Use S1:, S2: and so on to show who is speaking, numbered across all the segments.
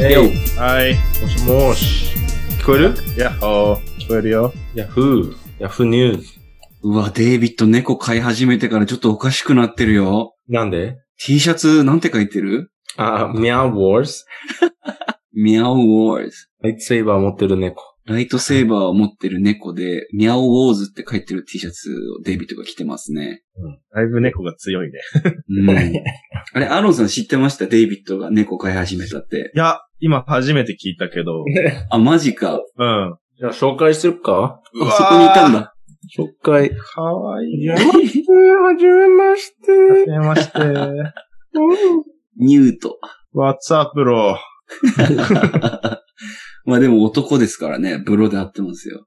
S1: えい
S2: よ
S1: はい。
S2: もしもし。聞こえる
S1: やっほー。聞こえるよ。
S2: ヤフー。ヤフーニュース。
S3: うわ、デイビッド猫飼い始めてからちょっとおかしくなってるよ。
S2: なんで
S3: T シャツなんて書いてる
S2: あ、ミャーウォーズ。
S3: ミャオウォーズ。
S2: ライトセイバー持ってる猫。
S3: ライトセーバーを持ってる猫で、ミャオウォーズって書いてる T シャツをデイビッドが着てますね。
S1: だいぶ猫が強いね。
S3: うん。あれ、アロンさん知ってましたデイビッドが猫飼い始めたって。
S1: いや、今初めて聞いたけど。
S3: あ、マジか。
S1: うん。
S2: じゃあ紹介するか
S1: う
S3: あ、そこにいたん。だ。
S2: 紹介。
S1: かわいい。
S2: やはじめまして。
S1: めまして。
S3: ニュート。
S1: What's up, bro?
S3: まあでも男ですからね、ブロで合ってますよ。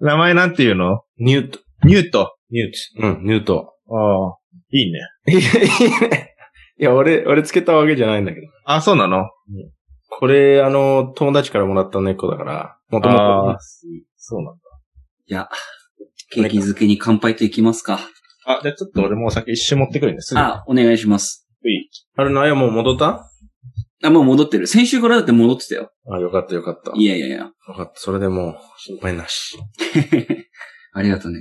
S1: 名前なんていうの
S2: ニュート。
S1: ニュート。
S2: ニュート。うん、ニュート。
S1: ああ、いいね。
S2: いやいやいや、俺、俺つけたわけじゃないんだけど。
S1: あ、そうなの
S2: これ、あの、友達からもらった猫だから、もとも
S1: あー。
S2: と
S1: そうなの。
S3: いや、景気づけに乾杯といきますか。
S1: あ、じゃあちょっと俺もう酒一瞬持ってくるんですぐ。
S3: あ、お願いします。
S2: あれ、なんや、もう戻った
S3: あ、もう戻ってる。先週からだって戻ってたよ。
S2: あ、よかったよかった。
S3: いやいやいや。
S2: よかった。それでもう、心配なし。
S3: ありがとうね。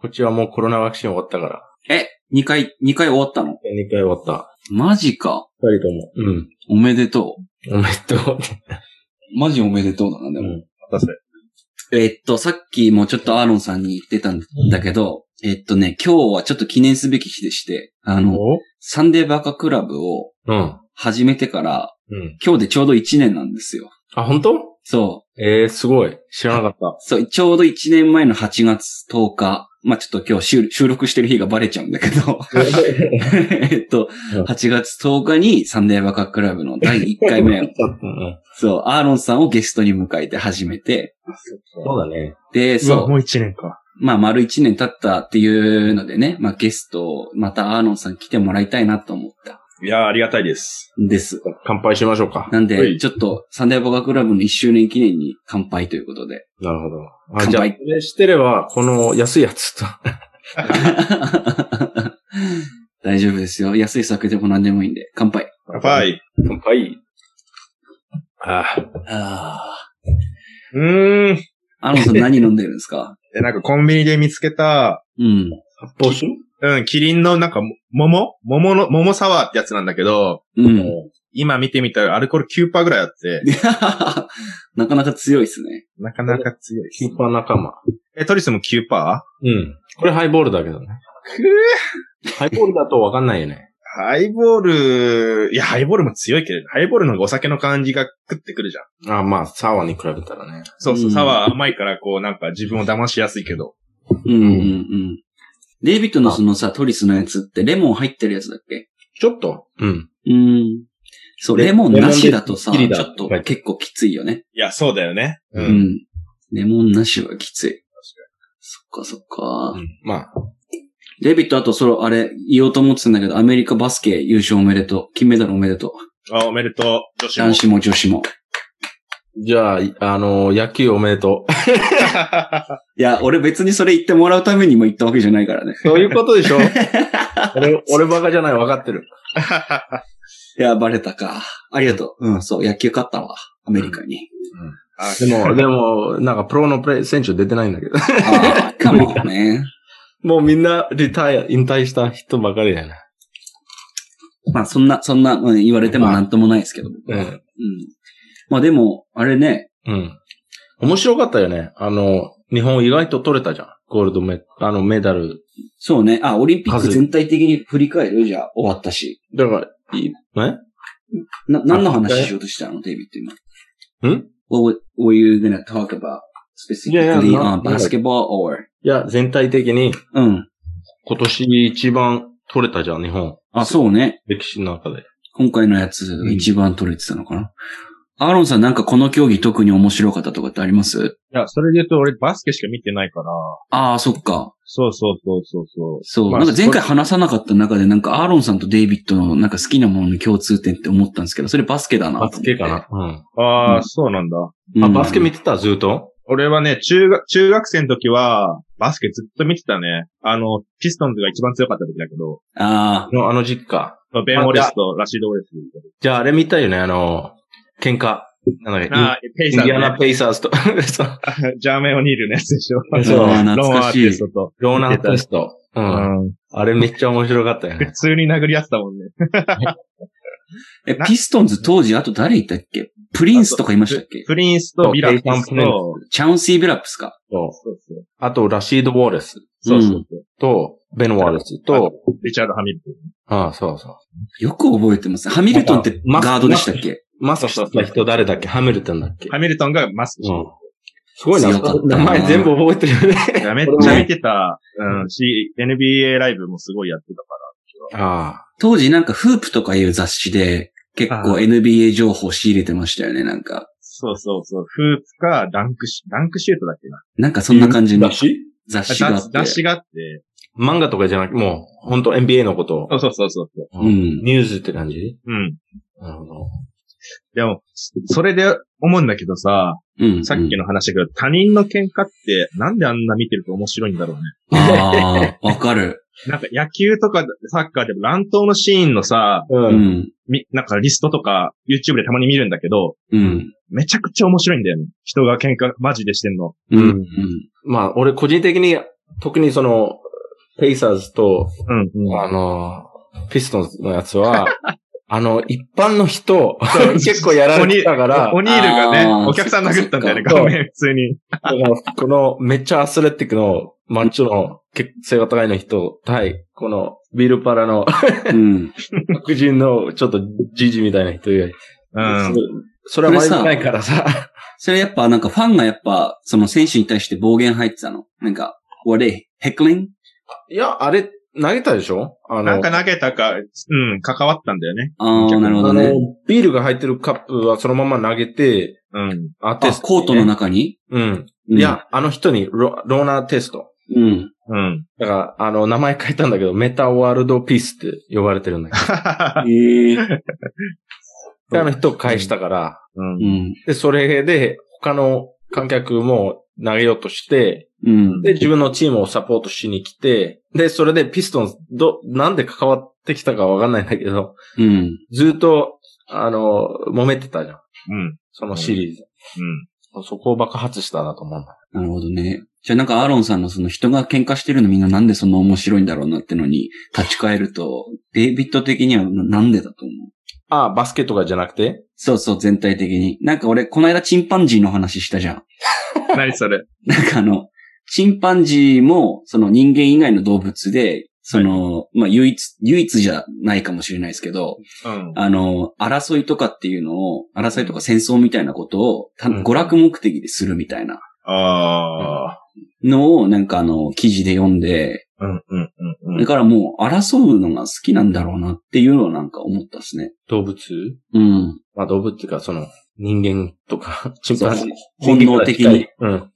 S2: こっちはもうコロナワクチン終わったから。
S3: え、2回、2回終わったの
S2: 2回終わった。
S3: マジか。
S2: 二人とも。うん。
S3: おめでと
S2: おめでとう。
S3: う。マジおめでとうだな、でも。
S1: 渡せ。
S3: えっと、さっきもちょっとアーロンさんに言ってたんだけど、えっとね、今日はちょっと記念すべき日でして、あの、
S1: お
S3: サンデーバカクラブを
S2: うん。
S3: 始めてから、
S2: うん。
S3: 今日でちょうど1年なんですよ。
S2: あ、本当？
S3: そう。
S2: えー、すごい。知らなか った。
S3: そう、ちょうど1年前の8月10日。まあ、ちょっと今日収収録してる日がバレちゃうんだけど。 えっと
S2: うん、
S3: 8月10日にサンデーバカクラブの第1回目を、
S2: うん。
S3: そう、アーロンさんをゲストに迎えて始めて、
S2: そうだね。
S3: で、
S1: うわ、
S3: そ
S1: も
S3: う、
S1: う一年か。
S3: まあ、丸1年経ったっていうのでね、まあ、ゲスト、またアーロンさん来てもらいたいなと思った
S1: いやーありがたいです。
S3: んです。
S2: 乾杯しましょうか。
S3: なん
S1: はい
S3: で、ちょっと、サンデーバカクラブの1周年記念に乾杯ということで。
S2: なるほど。あ、
S3: 乾杯
S2: じゃあ、これしてれば、この安いやつと。
S3: 大丈夫ですよ。安い酒でも何でもいいんで。乾杯。
S1: 乾杯。
S2: 乾杯。ああ。
S3: あ
S1: うーん。
S3: あ。アロンさん何飲んでるんですか
S1: で、なんかコンビニで見つけた、
S3: うん。
S2: 発泡酒
S1: うん、キリンのなんか、も桃桃の、桃サワーってやつなんだけど、
S3: うん。
S1: 今見てみたらアルコール9%ぐらいあって、
S3: なかなか強いですね。
S1: なかなか強いです
S2: キーパー仲間。
S1: え、トリスも 9%?
S2: うん。これハイボールだけどね。
S1: くー
S2: ハイボールだとわかんないよね。
S1: ハイボール、いや、ハイボールも強いけれど、ハイボールの方がお酒の感じが食ってくるじゃん。
S2: あまあ、サワーに比べたらね。
S1: そうそうう、
S3: ん
S1: サワー甘いから、こう、なんか自分を騙しやすいけど。
S3: うんうんうん。デイビッドのそのさ、トリスのやつってレモン入ってるやつだっけ
S2: ちょっと。うん。
S3: うん。そう、
S2: レ
S3: レモンなしだとさ、
S2: レ
S3: ち
S2: モンでス
S3: ょ
S2: ッ
S3: っ
S2: キリだ
S3: と結構きついよね。
S1: いや、そうだよね。
S2: う
S3: う。ん。レモンなしはきつい。そっかそっか。
S2: うんまあ、
S3: デイビッド、あとそれ、あれ、言おうと思ってたんだけど、アメリカバスケ優勝おめでとう。金メダルおめでとう。
S1: あ、おめでとう。女子も。
S3: 男子も女子も。
S2: じゃあ、いあのー野球おめでとう。
S3: いや、俺別にそれ言ってもらうためにも言ったわけじゃないからね。
S2: そういうこと でしょ俺、俺バカじゃない、わかってる。
S3: いや、バレたか。ありがとう。うん、そう、野球勝ったわ。アメリカに。
S1: あ
S2: で も、でも、なんかプロのプレ選手出てないんだけど。
S3: ああ、かもね。
S2: もうみんな、リタイア、引退した人ばかりだよね。
S3: まあ、そんな、そんな、うん言われてもなんともないですけど。うん。
S2: うん。
S3: まあでも、あれね、
S2: うん。面白かったよね。あの、日本意外と取れたじゃん。ゴールドメ、あの、メダル。
S3: そうね、あ、オリンピッ
S2: 数
S3: ク全体的に振り返るじゃあ、終わったし。
S2: だから、いえ
S3: な、何の話しようとしたのデイビッド今。
S2: ん
S3: ?What were you gonna talk about
S2: いやい
S3: specifically
S2: やな
S3: on basketball or?
S2: いや、全体的に、
S3: うん。
S2: 今年一番取れたじゃん、日本。
S3: あ、そうね。
S2: 歴史の中で。
S3: 今回のやつが一番取れてたのかな。アーロンさんなんかこの競技特に面白かったとかってあります
S1: いや、それで言うと俺バスケしか見てないから。
S3: ああ、そっか。
S1: そうそうそうそうそう。
S3: そう。
S1: まあ
S3: なんか前回話さなかった中で、なんかアーロンさんとデイビッドのなんか好きなものの共通点って思ったんですけど、それバスケだな。
S2: バスケか。な。うん。
S1: ああ、
S3: うん
S1: そうなんだ。
S3: うん、
S2: あ、バスケ見てたずっと
S1: 俺はね、中学、中学生の時は、バスケずっと見てたね。あの、ピストンズが一番強かった時だけど、
S3: ああ、
S2: のあの実家。
S1: ベン・ウォレスとラシード・ウォレス。
S2: じゃああれ見たいよね、あの、喧嘩。なんだっけ
S1: ああ、ペイ
S2: イ
S1: サ
S2: ン
S1: ー
S2: ディア
S1: ズ、
S2: ナ・ペイサーズと、 そう
S1: ね、ジャーメン・オニールのやつでしょ。
S2: そう
S3: あー
S1: ロ
S3: 懐
S1: ーンア
S3: か
S1: ーテ
S3: し
S1: ィ
S3: い
S1: ス。トと。
S2: ローナーテスト。う。
S1: うんん。
S2: あれめっちゃ面白かったよ
S1: 普
S2: ね。
S1: 通に殴り合ってたもんね。
S3: え、
S1: な
S3: ピストンズ当時、あと誰いたっけプリンスとかいましたっけ
S1: プリンスとビラップス
S2: ペイサー
S1: と、
S3: チャンシー・ベラップスか。
S2: そう
S1: そうそう。
S2: あと、ラシード・ウォレス
S1: そうそうそう。
S2: と、ベン・ワレスと、
S1: リチャード・ハミルトン。
S2: ああ、そうそう。
S3: よく覚えてます。ハミルトンって
S2: まあ
S3: ガードでしたっけ
S2: マスクした人誰だっけハミルトンだっけ
S1: ハミルトンがマスクして
S2: う
S1: る
S2: ん。すごいな。
S3: 強かったな
S2: 名前全部覚えてるよ
S1: い
S2: ね。
S1: やめっちゃ見てた、うん、し、NBA ライブもすごいやってたか
S2: ああ。
S3: 当時なんかフープとかいう雑誌で結
S1: あ
S3: 構 NBA 情報仕入れてましたよね、なんか。
S1: ら。そうそうそう。フープか、ダンクシュ、ダンクシュートだっけな。
S3: なんかそんな感じの
S2: 誌
S3: 雑誌があっ
S1: 雑
S3: て
S1: 雑。誌があって。
S2: 漫画とかじゃなくもう、本当 NBA のことを
S1: そうそうそうそう。
S3: うん
S2: ニュースって感じ
S1: うん。
S2: なるほど。
S1: でも、それで思うんだけどさ、
S3: うん
S1: さっき。の話だけど、他人の喧嘩ってなんであんな見てると面白いんだろうね。
S3: ああ、わかる。
S1: なんか野球とかサッカーでも乱闘のシーンのさ、
S2: う
S3: う。ん。
S1: みなんかリストとか YouTube でたまに見るんだけど、
S3: うん。
S1: めちゃくちゃ面白いんだよね。人が喧嘩マジでしてんの。
S3: うん。
S2: うんまあ、俺個人的に、特にその、ペイサーズと、
S1: うん、うん。
S2: あの、ピストンズのやつ は、あの、一般の人、結構やられてたから、
S1: オニールがね
S3: あー、
S1: お客さん殴ったんだよね、
S2: そっか
S1: 画面普通に。
S2: だからこのめっちゃアスレティックのマッチョの結構背が高いの人対、このビルパラの
S3: うん。
S2: 白人のちょっとジジみたいな人が、
S1: うん。
S2: それは割りないからさ、
S3: それやっぱなんかファンがやっぱ、その選手に対して暴言入ってたの。なんか、what a heckling?
S2: いや、あれ、投げたでしょあの、
S1: なんか投げたか、うん、関わったんだよね。
S3: ああ、なるほど
S2: あ
S3: ね。
S2: の、ビールが入ってるカップはそのまま投げて、
S1: うん。
S2: ア
S3: あ、
S2: テスト、
S3: コートの。中に
S2: うん。
S3: うん
S2: いや、あの人にロ、ローナーテスト。
S3: うん。
S1: うん。
S2: だから、あの、名前変えたんだけど、メタワールドピースって呼ばれてるんだ け
S3: ええ。
S2: ど、あの人を返したから、
S1: うん
S3: う。ん。
S2: で、それで、他の観客も投げようとして、
S3: うん。
S2: で、自分のチームをサポートしに来て、で、それでピストンズ、ど、なんで関わってきたかわかんないんだけど、
S3: うん。
S2: ずっと、あの、揉めてたじゃん。
S1: うん。
S2: そのシリーズ。そこを爆発したなと思うんだ。
S3: なるほどね。じゃあなんかアーロンさんのその人が喧嘩してるのみんななんでそんな面白いんだろうなってのに立ち返ると、デイビッド的にはななんでだと思う
S2: ああ、バスケとかじゃなくて
S3: そうそう、全体的に。なんか俺、この間チンパンジーの話したじゃん。
S1: うん。何それ。
S3: なんかあの、チンパンジーも、その人間以外の動物で、その、まあ、唯一、唯一じゃないかもしれないですけど、
S1: うん。
S3: あの、争いとかっていうのを、争いとか戦争みたいなことを、た
S2: うん
S3: 娯楽目的でするみたいな
S1: ああ。
S3: のを、なんかあの、記事で読んで、
S1: うん、うん、うん、う
S3: だ
S1: ん。
S3: からもう争うのが好きなんだろうなっていうのをなんか思ったですね。
S2: 動物
S3: うん。
S2: まあ動物っていうか、その、人間とか、チンパンジー。
S3: 本能的に。
S2: うん。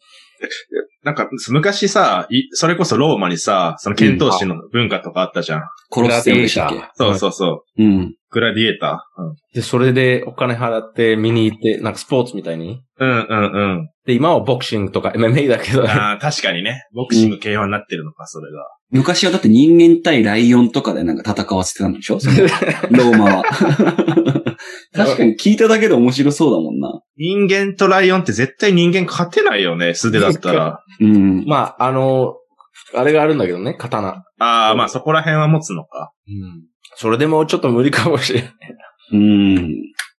S1: なんか、昔さ、いそれこそローマにさ、その剣闘士の文化とかあったじゃん。
S3: 殺すってでしたっ
S2: グラディエー
S3: け
S2: ター
S1: そうそうそう。
S3: うん。
S1: グラディエーター。
S2: で、それでお金払って見に行って、なんかスポーツみたいに。
S1: うん、うん、うん、うん。
S2: で、今はボクシングとか MMA だけど。
S1: ああ、確かにね。ボクシング系はになってるのか、それが。
S3: 昔はだって人間対ライオンとかでなんか戦わせてたんでしょそのローマは。確かに聞いただけで面白そうだもんな。
S1: 人間とライオンって絶対人間勝てないよね、素手だったら。
S3: うん。
S2: まあ、あの、あれがあるんだけどね、刀。
S1: ああ、まあそこら辺は持つのか。
S2: うん。それでもちょっと無理かもしれない。
S3: うん。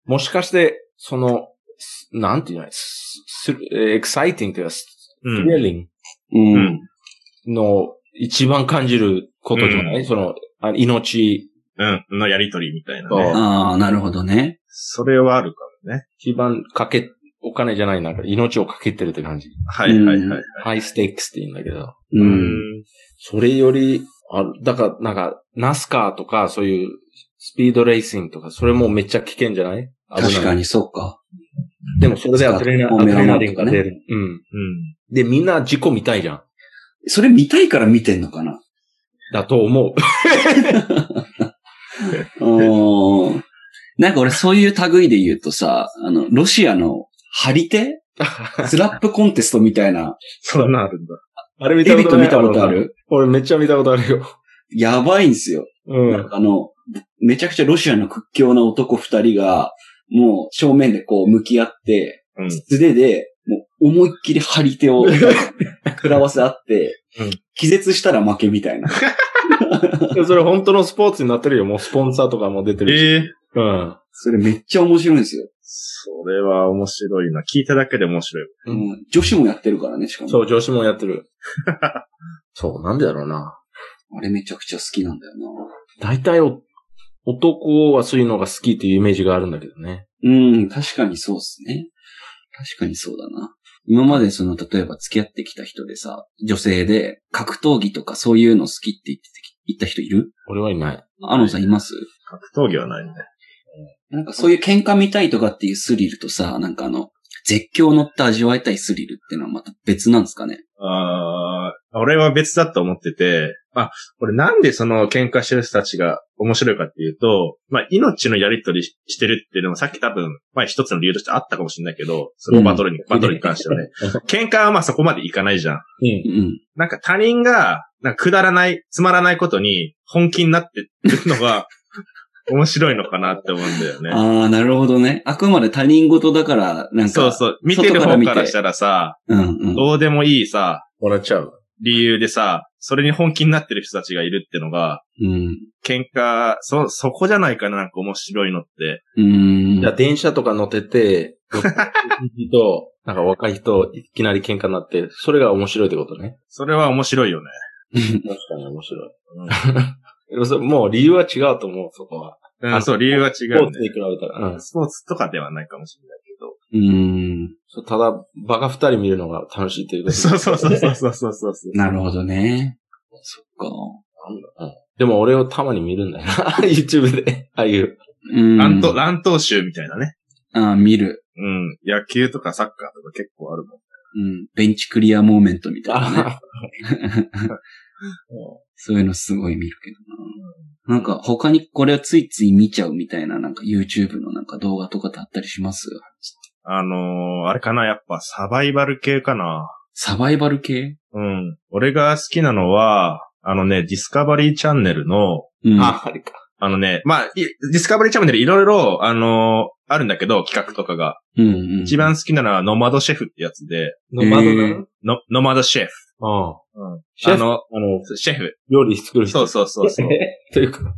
S2: もしかして、その、すなんていうの、すすえーエクサイティングというか、ス
S1: う
S2: リ
S1: ん。
S2: リン
S3: うんん。
S2: グの一番感じることじゃない、
S1: う
S2: その、あ命、
S1: うん。のやりとりみたいな
S2: そう
S1: ね。
S3: ああ、なるほどね。
S1: それはあるかもね。
S2: 一番かけ、お金じゃない、なんか命をかけてるって感じ。
S1: はいはいはい。
S2: ハイステークスって言うんだけど。
S3: う。。
S1: うん
S2: それより、あだから、なんか、ナスカーとか、そういう、スピードレーシングとか、それもめっちゃ危険じゃない危ない
S3: 確かにそうか。
S2: でもそれでアドレナ
S3: そう
S2: アドレナリンが出る。うん。
S1: うん。
S2: で、みんな事故みたいじゃん。
S3: それ見たいから見てんのかな
S2: だと思う。
S3: うん。なんか俺そういう類で言うとさ、あの、ロシアの張り手スラップコンテストみたいな、
S1: そんなあるんだ。
S2: あれ見
S3: デ
S2: た
S3: ビ
S2: こ
S3: ッ
S2: と
S3: ト
S2: ない
S3: 見たことあ
S2: の
S3: る
S2: 俺めっちゃ見たことあるよ。
S3: やばいんすよ。
S2: う
S3: なん
S2: ん。
S3: かあの、めちゃくちゃロシアの屈強な男二人が、もう正面でこう向き合って、
S1: うん
S3: 素手で、もう思いっきり張り手を食らわせ合って
S1: うん、
S3: 気絶したら負けみたいな。
S2: それ本当のスポーツになってるよ。もうスポンサーとかも出てるし。
S1: ええ
S2: うん。
S3: それめっちゃ面白いんですよ。
S1: それは面白いな。聞いただけで面白い。
S2: う
S3: うん女子もやってるからね、しかも。
S2: そう、上司もやってる。 そう、なんでだろうな。
S3: あれめちゃくちゃ好きなんだよな。
S2: 大体お、男はそういうのが好きっていうイメージがあるんだけどね。
S3: うん、確かにそうっすね。確かにそうだな。今までその、例えば付き合ってきた人でさ、女性で格闘技とかそういうの好きって言ってき言った人いる
S2: 俺はいない。
S3: アロンさんいます
S1: 格闘技はないね。
S3: なんかそういう喧嘩見たいとかっていうスリルとさ、なんかあの、絶叫乗って味わいたいスリルってのはまた別なんですかね。
S1: ああ、俺は別だと思ってて、あ、俺なんでその喧嘩してる人たちが面白いかっていうと、まあ命のやりとりしてるっていうのもさっき多分、まあ一つの理由としてあったかもしれないけど、そのバトルに、バトルに関しては ね。喧嘩はまあそこまでいかないじゃん。
S2: うん。
S3: うん。
S1: なんか他人が、なんかくだらない、つまらないことに本気になってるの が面白いのかなって思うんだよね。
S3: ああ、なるほどね。あくまで他人事だから、なんか。
S1: そうそう。見てる
S3: 外から
S1: 方
S3: 見て
S1: からしたらさ、
S3: うんうん。
S1: どうでもいいさ、
S2: もらっちゃう。
S1: 理由でさ、それに本気になってる人たちがいるってのが、
S3: うん。
S1: 喧嘩、そ、そこじゃないかな、なんか面白いのって。
S3: うーん
S2: じゃあ、。電車とか乗っ てて、と、なんか若い人、いきなり喧嘩になって、それが面白いってことね。
S1: それは面白いよね。
S2: 確かに面白い。
S1: うん
S2: でもそれもう理由は違うと思う、そこは。
S1: うん、
S2: あ
S1: そう、理由は違
S2: ス
S1: う、
S2: ポーツ
S1: ね。
S2: で比べたら。うん。
S1: スポーツとかではないかもしれないけど。
S3: うーん。
S2: そうただ、バカ二人見るのが楽しいっていうこと。
S1: そうそうそうそうそうそうそう。
S3: なるほどね。そっか。
S2: うんでも俺をたまに見るんだよな。YouTube で。ああいう。
S3: うん。
S1: 乱闘、乱闘集みたいなね。
S3: ああ、見る。
S1: うん。野球とかサッカーとか結構あるもん。
S3: うん。ベンチクリアモーメントみたいなね。そういうのすごい見るけどな。なんか他にこれをついつい見ちゃうみたいな、なんか YouTube のなんか動画とかってあったりします
S1: あのー、あれかな、やっぱサバイバル系かな。
S3: サバイバル系
S1: うん。俺が好きなのは、あのね、ディスカバリーチャンネルの、
S3: うん。
S2: あ、あれか。
S1: あのね、まあ、いディスカバリーチャンネルいろいろ、あのーあるんだけど、企画とかが。
S3: うんうん。
S1: 一番好きなのは、ノマドシェフってやつで、
S2: の窓な
S3: えー
S2: の
S1: の、ノマドシェフ。
S2: うん。
S1: うん。
S2: シェ
S1: あ
S2: フ、
S1: の、
S2: あの、
S1: シェフ。
S2: 料理作る人。
S1: そうそうそうそう。
S2: というか、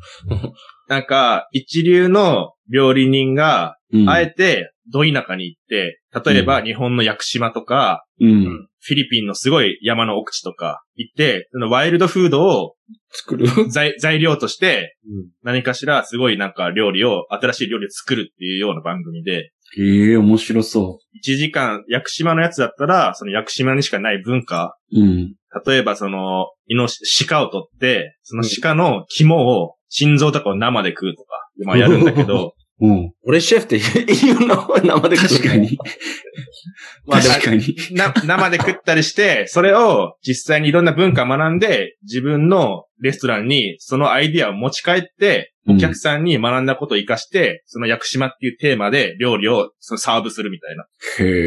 S1: なんか、一流の料理人が、
S3: うん、
S1: あえて、ど田舎に行って、例えば日本の屋久島とか、
S3: うん。
S1: フィリピンのすごい山の奥地とか行って、そのワイルドフードを
S2: 作る。
S1: 材材料として、何かしらすごいなんか料理を、新しい料理を作るっていうような番組で、
S3: ええ面白そ
S1: 1時間、屋久島のやつだったら、その屋久島にしかない文化、
S3: う。うん。
S1: 例えばその、イノシ鹿を取って、その鹿の肝を、心臓とかを生で食うとか、まあやるんだけど、
S3: うん。
S2: 俺シェフって言うの 生で
S3: 確か。に。
S1: まあでも
S3: 確かに。
S1: な、生で食ったりして、それを実際にいろんな文化学んで、自分のレストランにそのアイディアを持ち帰って、
S3: お
S1: お客さんに学んだことを活かして、その屋久島っていうテーマで料理をそのサーブするみたいな。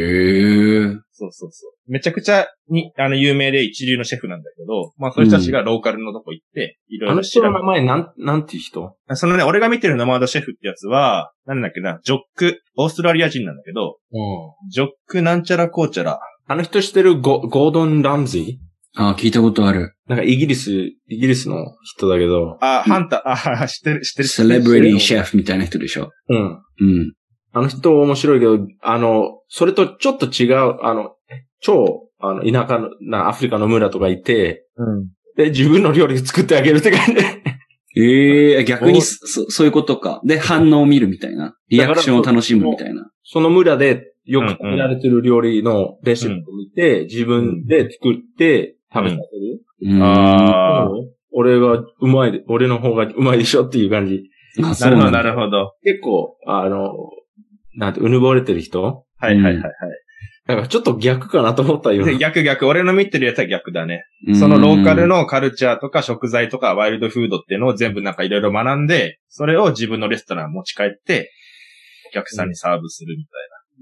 S3: へえ。
S1: そうそうそう。めちゃくちゃに、あの、有名で一流のシェフなんだけど、まあ、そういう人たちがローカルのとこ行って、いろ
S2: あ
S1: い
S2: の
S1: ろ
S2: 人
S1: 調べ
S2: の名前なん、なんていう人
S1: そのね、俺が見てるノマドシェフってやつは、なんだっけな、ジョック、オーストラリア人なんだけど、
S2: うん。
S1: ジョックなんちゃらこうちゃら。
S2: あの人してるゴゴードン・ラムジ
S3: ああ、聞いたことある。
S2: ーなんかイギリス、イギリスの人だけど。
S1: あ、ハンター、あ、知 ってる、知ってる。
S3: セレブリティシェフみたいな人でしょ。
S2: うん。
S3: うん。
S2: あの人面白いけど、あの、それとちょっと違う、あの、超、あの、田舎の、な、アフリカの村とかいて、
S1: うん。
S2: で、自分の料理作ってあげるって感じ。
S3: ええ逆にそ、そそういうことか。で、反応を見るみたいな。リアクションを楽しむみたいな。
S2: その村でよ
S1: うんう
S2: く
S1: ん
S2: 食べられてる料理のレシピを見て、自分で作って食べさせる。
S3: うん
S1: あ
S2: そう俺がうまいで、俺の方がうまいでしょっていう感じ。
S3: あ、
S1: あ、な
S3: そう
S1: るほど、
S3: なん
S1: な
S3: だ。
S1: るほど。
S2: 結構、あの、なんて、うぬぼれてる人
S1: はいはいはい
S2: なんかちょっと逆かなと思ったよ。
S1: はい。で
S2: う
S1: 逆逆、俺の見てるやつは逆だね。
S3: うん
S1: そのローカル。のカルチャーとか食材とかワイルドフードっていうのを全部なんかいろいろ学んで、それを自分のレストランに持ち帰って、お客さんにサーブするみたい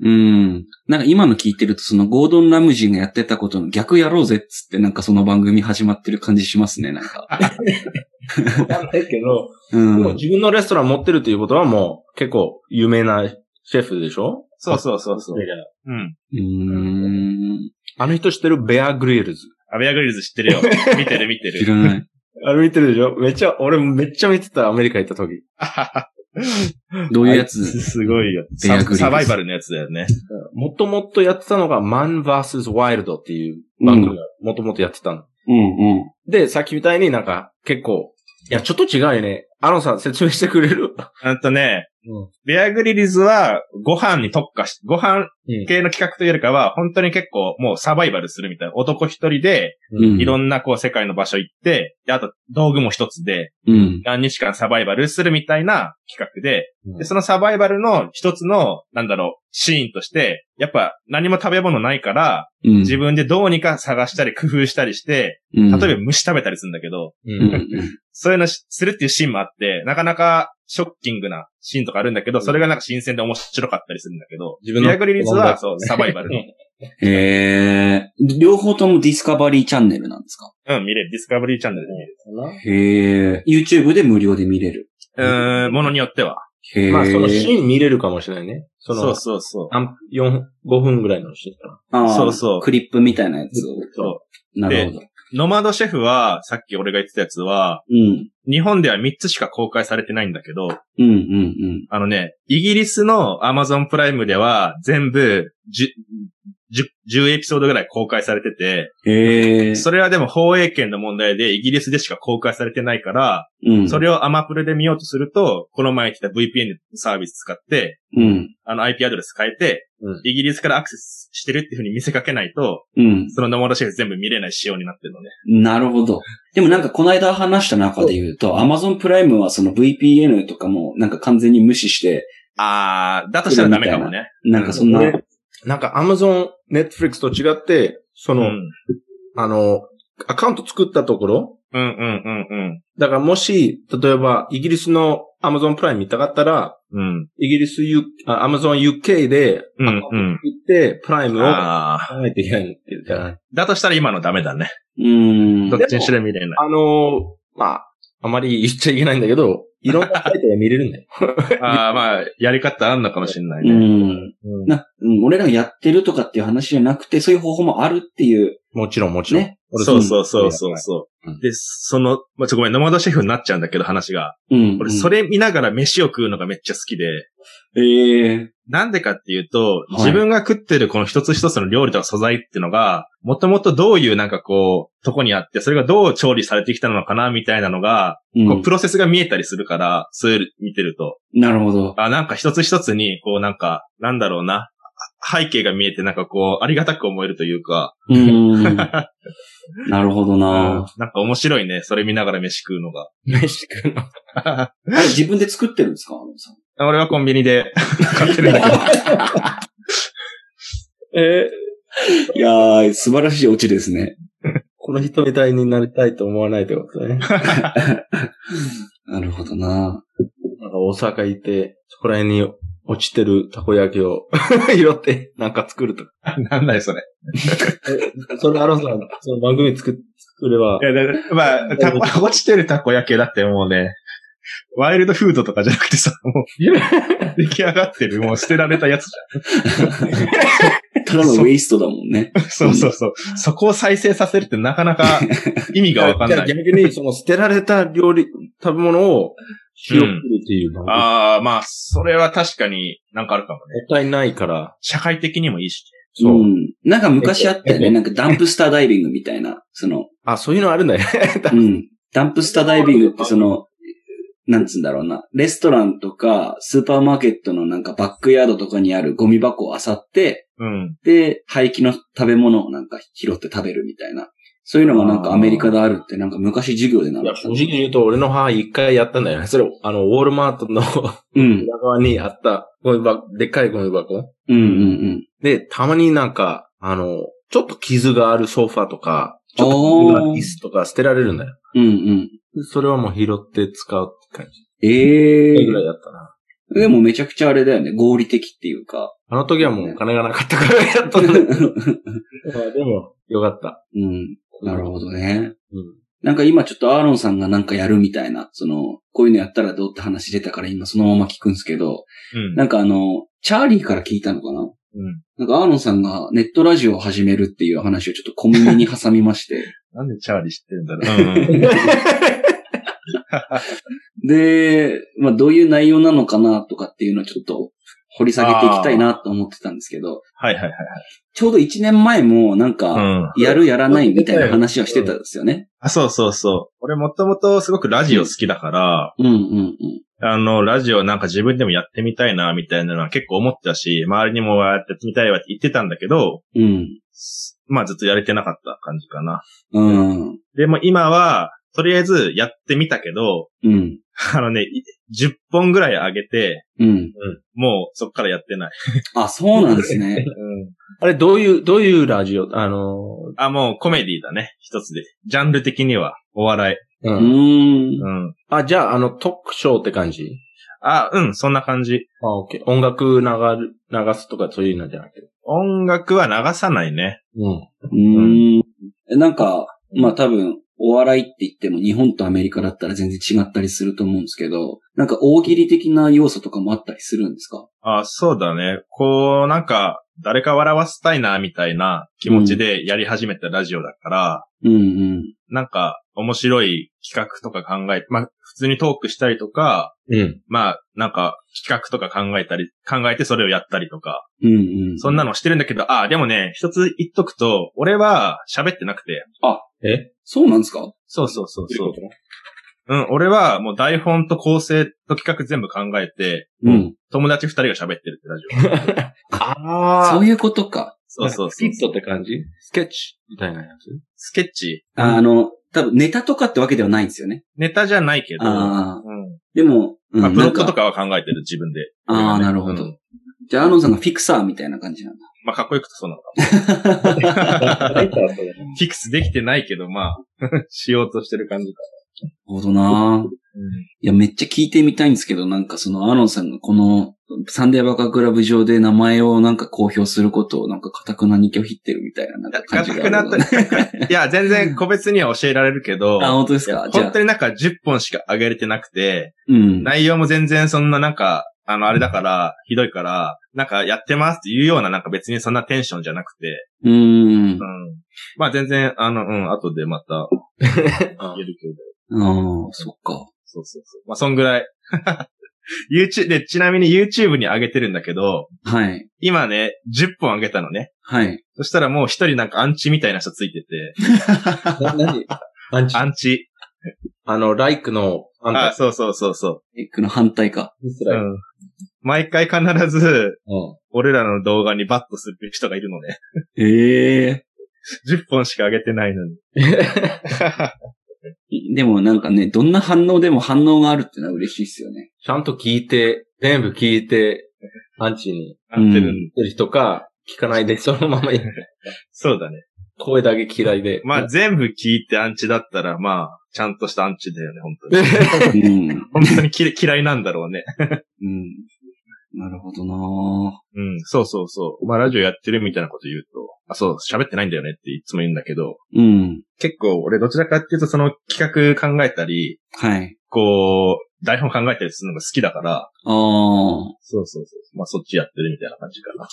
S3: うん。なんか今の聞いてると、そのゴードン・ラムジーがやってたことの逆やろうぜっつって、なんかその番組始まってる感じしますね、なんか。
S2: わかんないけど、
S3: うん。
S2: もう自分のレストラン持ってるっていうことはもう結構有名なシェフでしょ
S1: そうそうそうそう。うん。
S3: うーん。
S2: あの人知ってるベアグリルズ。
S1: アベアグリルズ知ってるよ。見てる見て
S3: 知
S1: る。
S3: らない。
S2: あれ見てるでしょめっちゃ、俺めっちゃ見てた、アメリカ行った時。
S3: どういうやつ
S1: あいつ すごいよ。
S3: ベアグリル
S1: サ
S3: ズ
S1: サバイバルのやつだよね。
S2: もともとやってたのが、マン vs. ワイルドっていう番組がもともとやってたの。
S3: うんうん。
S2: で、さっきみたいになんか結構、いや、ちょっと違うよね。あのさん説明してくれる
S1: あとね、
S2: うん。
S1: ベアグリルズはご飯に特化し、ご飯
S2: うん
S1: 系の企画というよりかは、本当に結構もうサバイバルするみたいな。男一人で、
S3: うん
S1: いろんなこう世界の場所行って、であと道具も一つで、
S3: うん。
S1: 何日間サバイバルするみたいな企画で、
S2: うん
S1: で、そのサバイバルの一つの、なんだろう、シーンとして、やっぱ何も食べ物ないから、
S3: うん。
S1: 自分でどうにか探したり工夫したりして、
S3: うん
S1: 例えば虫食べたりするんだけど、
S2: う
S3: う
S2: んん。
S1: そういうのしするっていうシーンもあって、なかなかショッキングなシーンとかあるんだけど、それがなんか新鮮で面白かったりするんだけど、
S2: 自
S1: リアグリリスは、
S2: そ
S1: そう、サバイバルの、
S3: へえ。両方ともディスカバリーチャンネルなんですか
S1: うん、見れる、ディスカバリーチャンネルで見れる。
S2: うかな。
S3: へえ。YouTube で無料で見れる。
S1: うーん、ものによっては。
S3: へえ。
S2: まあ、そのシーン見れるかもしれないね。その、
S1: そうそうそう。
S2: あ4、5分ぐらいのシーンかな。
S3: あー
S1: そうそう
S3: クリップみたいなやつを。
S1: そう
S3: なるほど。
S1: ノマドシェフは、さっき俺が言ってたやつは、
S3: うん。
S1: 日本では3つしか公開されてないんだけど、
S3: うんうんうん。
S1: あのね、イギリスのアマゾンプライムでは全部 10, 10エピソードぐらい公開されてて、
S3: へえ。
S1: それはでも放映権の問題でイギリスでしか公開されてないから、
S3: うん。
S1: それをアマプレで見ようとすると、この前来た VPN サービス使って、
S3: うん。
S1: あの IP アドレス変えて
S2: うん、
S1: イギリスからアクセスしてるっていう風に見せかけないと、
S3: うん。
S1: そのノマドシェフ全部見れない仕様になってるのね。
S3: なるほど。でもなんかこの間話した中で言うと、Amazon プライムはその VPN とかもなんか完全に無視して、
S1: あー、だとしたらダメかもね。
S3: なんかそんな、
S2: でなんか Amazon、Netflix と違って、そうの、
S1: ん。
S2: あの、アカウント作ったところ
S1: うんうんうん
S2: だからもし、例えば、イギリスの Amazon プライム見たかったら、
S1: うん。うん。
S2: イギリス U、あ Amazon UK で、
S1: うんうん
S2: アカウント作って、プライムを買
S1: あー。
S2: わないといけないっていうか、
S1: だとしたら今のダメだね。
S3: うーん
S1: どっ。ちにしろ見れない。
S2: あの、まあ、あまり言っちゃいけないんだけど、いろんなサイトで見れるんだよ。
S1: ああ、まあ、やり方あんのかもしれないうね。
S3: ん。
S2: うん
S3: な、うん、俺らがやってるとかっていう話じゃなくて、そういう方法もあるっていう、
S2: もちろん、もちろん。
S3: ね。
S2: 俺
S1: そうそうそうそう
S3: う
S1: そ
S3: ん
S1: う。で、その、まあ、ちょ、ごめん、ノマドシェフになっちゃうんだけど、話が。
S3: うん。
S1: 俺、そ
S3: れ、
S1: れ見ながら飯を食うのがめっちゃ好きで、
S3: ええ
S1: なんでかっていうと、
S3: はい
S1: 自分が食ってるこの一つ一つの料理とか素材っていうのが、もともとどういうなんかこう、とこにあって、それがどう調理されてきたのかな、みたいなのが、
S3: う
S1: こうんプロセスが見えたりするから、そういう、見てると。
S3: なるほ ど。
S1: あ、なんか一つ一つに、こうなんか、なんだろうな、背景が見えて、なんかこう、ありがたく思えるというか、
S3: う ーん。なるほど
S1: うん
S3: な、
S1: なんか面白いね。それ見ながら飯食うのが。
S2: 飯食うの。
S3: あれ自分で作ってるんですかあのさん
S1: 俺はコンビニ で買ってるんだけど。
S2: えー
S3: いやー、素晴らしいオチですね。
S2: この人みたいになりたいと思わないってことね。なんか
S3: なるほどな
S2: 大阪行って、そこら辺に落ちてるたこ焼きを 拾って、なんか作るとか。
S1: なんだよ、それ。
S2: それ、アロンさん、その番組作っ作れば
S1: い、や、だま あ、たこ、落ちてるたこ焼きだってもうね、ワイルドフードとかじゃなくてさ、も う、出来上がってる、もう捨てられたやつじ
S3: ただのウェイストだもんね。
S1: ゃん。そうそうそう。そこを再生させるってなかな か意味がわかんな
S2: じ
S1: い。
S2: ゃあ逆に、その捨てられた料理、食べ物を拾ってるっていうのは、もっ
S1: ああ、まあ、それは確かになんかあるかもね。
S2: たいないから、
S1: 社会的にもいいし。
S2: そうう。
S3: ん。なんか昔あったよね。なんかダンプスターダイビングみたいな。その、
S2: あ、そういうのあるんだよ ね。
S3: うん。ダンプスターダイビングってその、なんつうんだろうな。レストランとか、スーパーマーケットのなんかバックヤードとかにあるゴミ箱を漁って、
S1: うん。
S3: で、廃棄の食べ物をなんか拾って食べるみたいな。そういうのがなんかアメリカであるって、なんか昔授業でないん
S2: や、
S3: か。
S2: 正直言うと、俺の母一回やったんだよね。それ、あの、ウォールマートの
S3: うん。
S2: 裏側にあった、ゴミ箱、でっかいゴミ箱。
S3: うんうん
S2: で、たまになんか、あの、ちょっと傷があるソファーとか、ちょっ
S3: おー
S2: と傷がある椅子とか捨てられるんだよ。
S3: うん。うんうん。
S2: でそれはもう拾って使うって感じ。
S3: ええ
S2: ぐらいだったな。
S3: でもめちゃくちゃあれだよね、合理的っていうか。
S2: あの時はもうお金がなかったからやっと ね。でも、よかった。
S3: うん。なるほどね。
S2: うん。
S3: なんか今ちょっとアーロンさんがなんかやるみたいな、その、こういうのやったらどうって話出たから今そのまま聞くんですけど、
S1: うん。
S3: なんかあの、チャーリーから聞いたのかな
S1: うん。
S3: なんかアーロンさんがネットラジオを始めるっていう話をちょっと小耳に挟み まして。
S1: なんでチャーリー知ってるんだろう。うん。
S3: で、まあどういう内容なのかなとかっていうのをちょっと掘り下げていきたいなと思ってたんですけど、
S1: はいはいはい
S3: ちょうど1年前もなんか、
S1: はい。 うん。
S3: やるやらないみたいな話はしてたんですよね。
S1: あ、そうそうそう。俺もともとすごくラジオ好きだから、
S3: うんうんうん。
S1: あの、ラジオなんか自分でもやってみたいな、みたいなのは結構思ってたし、周りにもやってみたいわって言ってたんだけど、
S3: うん。
S1: すまあずっとやれてなかった感じかな。
S3: うん。
S1: でも今は、とりあえずやってみたけど、
S3: うん。
S1: あのね、い10本ぐらい上げて、
S3: うん。
S1: もうそっからやってない。
S3: あ、そうなんで すね。
S2: あれ、どういう、どういうラジオあの
S1: あ、もうコメディだね、一つで。ジャンル的には、お笑い。
S2: ー、う。
S3: うんーん。
S1: うん。
S2: あ、じゃあ、あの、特賞って感じ
S1: あ、うん、そんな感じ。
S2: あ、オッケー。音楽流る、流すとかそういうのじゃなくて。
S1: 音楽は流さないね。
S2: うん。
S3: うーん。えなんか、まあ多分、お笑いって言っても日本とアメリカだったら全然違ったりすると思うんですけど、なんか大喜利的な要素とかもあったりするんですか
S1: あ、そうだね。こう、なんか、誰か笑わせたいな、みたいな気持ちでやり始めたラジオだから、
S3: うんうん。
S1: なんか、面白い企画とか考えて、まあ、普通にトークしたりとか、
S2: うん。
S1: まあ、なんか、企画とか考えたり、考えてそれをやったりとか、
S3: うんうん。
S1: そんなのしてるんだけど、あ、でもね、一つ言っとくと、俺は喋ってなくて、
S2: え
S3: そうなんですか
S1: そうそうそう
S2: ど
S1: そう
S2: いうこ。と
S1: うん、俺はもう台本と構成と企画全部考えて、
S3: うん。
S1: 友達二人が喋ってるってラジオ。
S2: あ
S3: そう
S2: いう、
S3: いうことか。
S1: そうそう
S2: ス
S1: そ
S2: キッ
S1: う。
S2: トって感じスケッチみたいなやつ
S1: スケッチ
S3: あの、多分ネタとかってわけではないんですよね。
S1: ネタじゃないけど、
S3: あ
S1: う
S3: あ。
S1: ん
S3: でも、うん
S1: まあ、プロ
S3: な
S1: ッ
S3: ん
S1: トとかは考えてる、自分で。
S3: ああ、
S1: ね
S3: なるほ
S1: う
S3: ど
S1: ん。
S3: じゃあ、アーノンさんがフィクサーみたいな感じなんだ。
S1: まあ、かっこよくとそうなのかも。フ ィクスできてないけど、まあ、 しようとしてる感じか。
S3: なるほどなぁいや、めっちゃ聞いてみたいんですけど、なんかそのアーノンさんがこのサンデーバカクラブ上で名前をなんか公表することをなんか固くなに拒否ってるみたいななんか感じがある
S1: 固くなうんいや、全然個別には教えられるけど、
S3: あ、本当です
S1: いや
S3: かじゃ
S1: 本
S3: あ
S1: 当、になんか10本しか上げれてなくて、
S3: うん。
S1: 内容も全然そんななんか、あの、あれだから、ひどいから、なんかやってますっていうようななんか別にそんなテンションじゃなくて、
S3: うーん
S1: う。ん。まあ全然、あの、うん、後でまた
S2: あ
S1: 言えるけど、
S3: ああ、そっか。
S1: そうそうそう。まあそんぐらい。YouTube、で、ちなみに YouTube に上げてるんだけど、
S3: はい。
S1: 今ね、10本上げたのね。
S3: はい。
S1: そしたらもう一人なんかアンチみたいな人ついてて、
S2: な、なにアンチ
S1: アンチ。
S2: あの、ライクの、アン
S1: あ、
S2: タ
S1: そうそうそうそ
S3: エッグの反対か。
S1: う。うん。毎回必ず、
S2: うん。
S1: 俺らの動画にバッとする人がいるのね。
S3: ええ
S1: 10本しか上げてない のに。
S3: でもなんかね、どんな反応でも反応があるってのは嬉しいですよね。
S2: ちゃんと聞いて、全部聞いて、アンチに
S1: 合ってる、
S3: うん
S2: 言ってる人か、聞かないで、そのまま、
S1: そうだね。
S2: 声だけ嫌いで。
S1: まあ、
S2: あ、
S1: 全部聞いてアンチだったら、まあ、ちゃんとしたアンチだよね、本当に。
S3: うん。
S1: 本当にき 嫌いなんだろうね。
S3: うん。なるほどな
S1: うん、そうそうそう。まあ、ラジオやってるみたいなこと言うと、あ、そう、喋ってないんだよねっていつも言うんだけど、
S3: ぁうん。
S1: 結構俺どちらかっていうとその企画考えたり、
S3: はい。
S1: こう、台本考えたりするのが好きだから、
S3: ああ。
S1: そうそうそう。まあ、そっちやってるみたいな感じかな。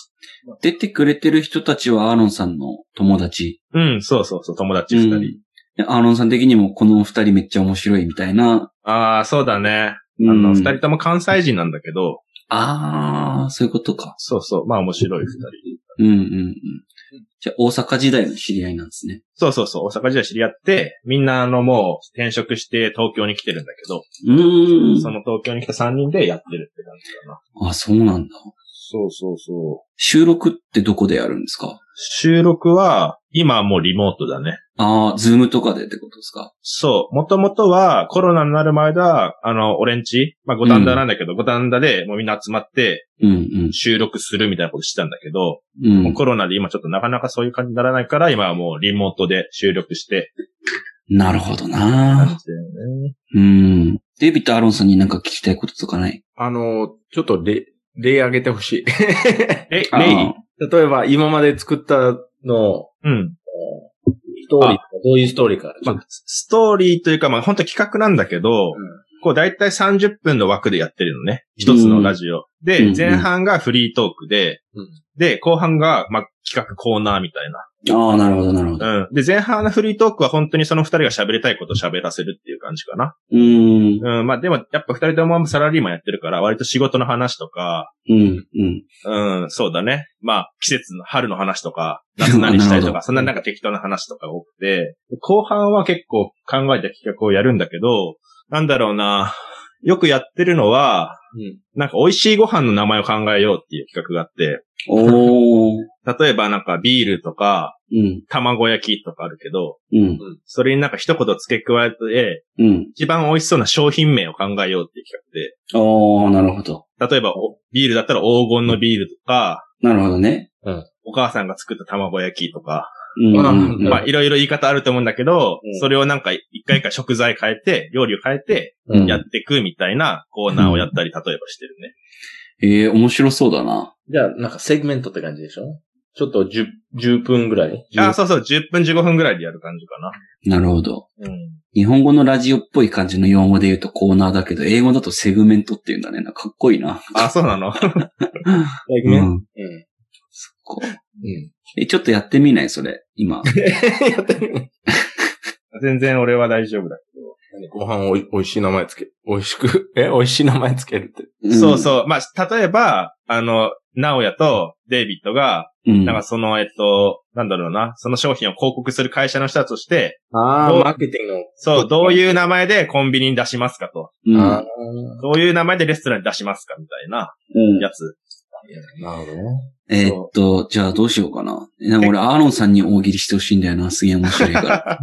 S3: 出てくれてる人たちはアーロンさんの友達。
S1: うん、そうそうそう、友達二人。
S3: うんでアーロンさん的にもこの二人めっちゃ面白いみたいな。
S1: ああ、そうだね。
S3: あ
S1: あの、二人。とも関西人なんだけど、
S3: ああ、そういうことか。
S1: そうそう、まあ面白い二人。
S3: うんうんうん。じゃあ、大阪時代の知り合いなんですね。
S1: そうそうそう、大阪時代知り合って、みんなあのもう転職して東京に来てるんだけど、
S3: うー
S1: そ
S3: ん。
S1: の東京に来た三人でやってるって感じかな。
S3: あ、そうなんだ。
S1: そうそうそう。
S3: 収録ってどこでやるんですか
S1: 収録は、今はもうリモートだね。
S3: ああ、ズームとかでってことですか
S1: そう。もともとは、コロナになる前だ、あの、俺んち、まあ、五反田なんだけど、五反田でもうみんな集まって
S3: うん
S1: 収録するみたいなことしてたんだけど、
S3: うん。う。
S1: もうんコロナで今ちょっとなかなかそういう感じにならないから、今はもうリモートで収録して、
S3: なるほど
S1: 感
S3: な
S1: じだよね。
S3: うん。デビッド・アロンさんになんか聞きたいこととかない
S2: あの、ちょっと例、例あげてほしい。
S1: え、
S3: あ
S1: レイ
S3: ー
S2: 例えば、今まで作ったのを、
S1: うん。
S2: ストーリーとか、どういうストーリーか。
S1: まあ、ストーリーというか、まあ、本当企画なんだけど、こう、だいたい30分の枠でやってるのね。一つのラジオ。
S3: うん
S1: で
S3: う、ん
S1: 前半がフリートークで、
S2: うん
S1: で、後半が、まあ、企画コーナーみたい
S3: ああ、なるほど、なるほど。
S1: な。うん。で、前半のフリートークは本当にその二人が喋りたいことを喋らせるっていう感じかな。
S3: うーん。
S1: うん。まあ、でも、やっぱ二人ともサラリーマンやってるから、割と仕事の話とか、
S3: うん。うん。
S1: うん、そうだね。まあ、季節の春の話とか、夏何したいとか、
S3: なるほど
S1: そんななんか適当な話とかが多くて、後半は結構考えた企画をやるんだけど、なんだろうな。よくやってるのは、なんか美味しいご飯の名前を考えようっていう企画があっ
S3: おー。
S1: て、例えばなんかビールとか
S3: うん。
S1: 卵焼きとかあるけど、
S3: うん。
S1: それになんか一言付け加えて、
S3: うん。
S1: 一番美味しそうな商品名を考えようっていう企
S3: おー、なるほど。
S1: 画で、例えばおビールだったら黄金のビールとか、
S3: なるほどね。
S1: お母さんが作った卵焼きとか、
S3: うん。
S2: あ
S3: うん
S1: まあいろいろ言い方あると思うんだけど
S2: うん、
S1: それをなんか一回一回食材変えて、料理を変えて、
S2: うん
S1: やっていくみたいなコーナーをやったり、例えばしてるね。
S3: ええ面白そうだな。
S2: じゃあ、なんかセグメントって感じでしょちょっと10、10分ぐらい
S1: あ、そうそう、10分15分ぐらいでやる感じか
S3: なるほど。
S1: な。うん。
S3: 日本語のラジオっぽい感じの用語で言うとコーナーだけど、英語だとセグメントっていうんだね。なんかかっこいいな。
S1: あ、そうなのセ
S2: セ
S3: う
S2: グメント。
S3: ん。
S2: うん。
S3: そこ。
S2: うん。
S3: え、ちょっとやってみないそれ。今。
S2: やってみる
S1: 全然俺は大丈夫だ。
S2: ご飯をおい美味しい名前つけ、美味しく、 え、美味しい名前つけるって。
S1: そう
S3: う
S1: そう。まあ、例えば、あの、ナオヤとデイビッドが、
S3: ん。うん。
S1: なんかその、えっと、なんだろうな、その商品を広告する会社の人だとして、
S2: あ
S1: どう
S2: マーケティングの。
S1: そう、どういう名前でコンビニに出しますかと。
S3: うん。
S2: あ
S1: どういう名前でレストランに出しますかみたいな
S3: うん
S1: やつ。
S2: ーなるほどね。
S3: えーっと、じゃあどうしようかな。なんか俺、アーロンさんに大喜利してほしいんだよな。すげえ面白 いから。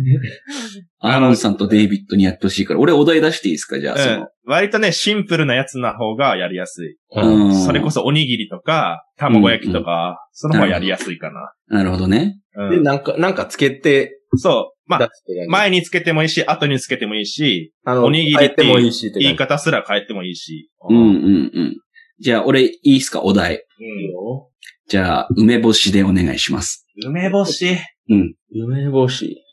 S3: アーロンさんとデイビッドにやってほしいから。俺、お題出していいですかじゃあ、その。
S1: 割とね、シンプルなやつな方がやりやすい。
S2: うん。
S3: うん
S1: それこそおにぎりとか、卵焼きとか、その方がやりやすいか
S3: なるほどね。
S1: な。う
S2: で、
S1: ん。
S2: なんか、なんかつけて、
S1: そう。ま
S2: 出
S1: あ、
S2: してる、
S1: 前につけてもいいし、後につけてもいいし、
S2: あの、
S1: おにぎりって
S2: 変えてもいいしって
S1: 言い
S2: 感
S1: 方すら変えてもいいし。
S2: じ。
S3: うん、うん、うん。じゃあ、俺、いいっすかお題。
S2: いいよ。
S3: じゃあ、梅干しでお願いします。
S1: 梅干し。
S3: うん。
S2: 梅干し。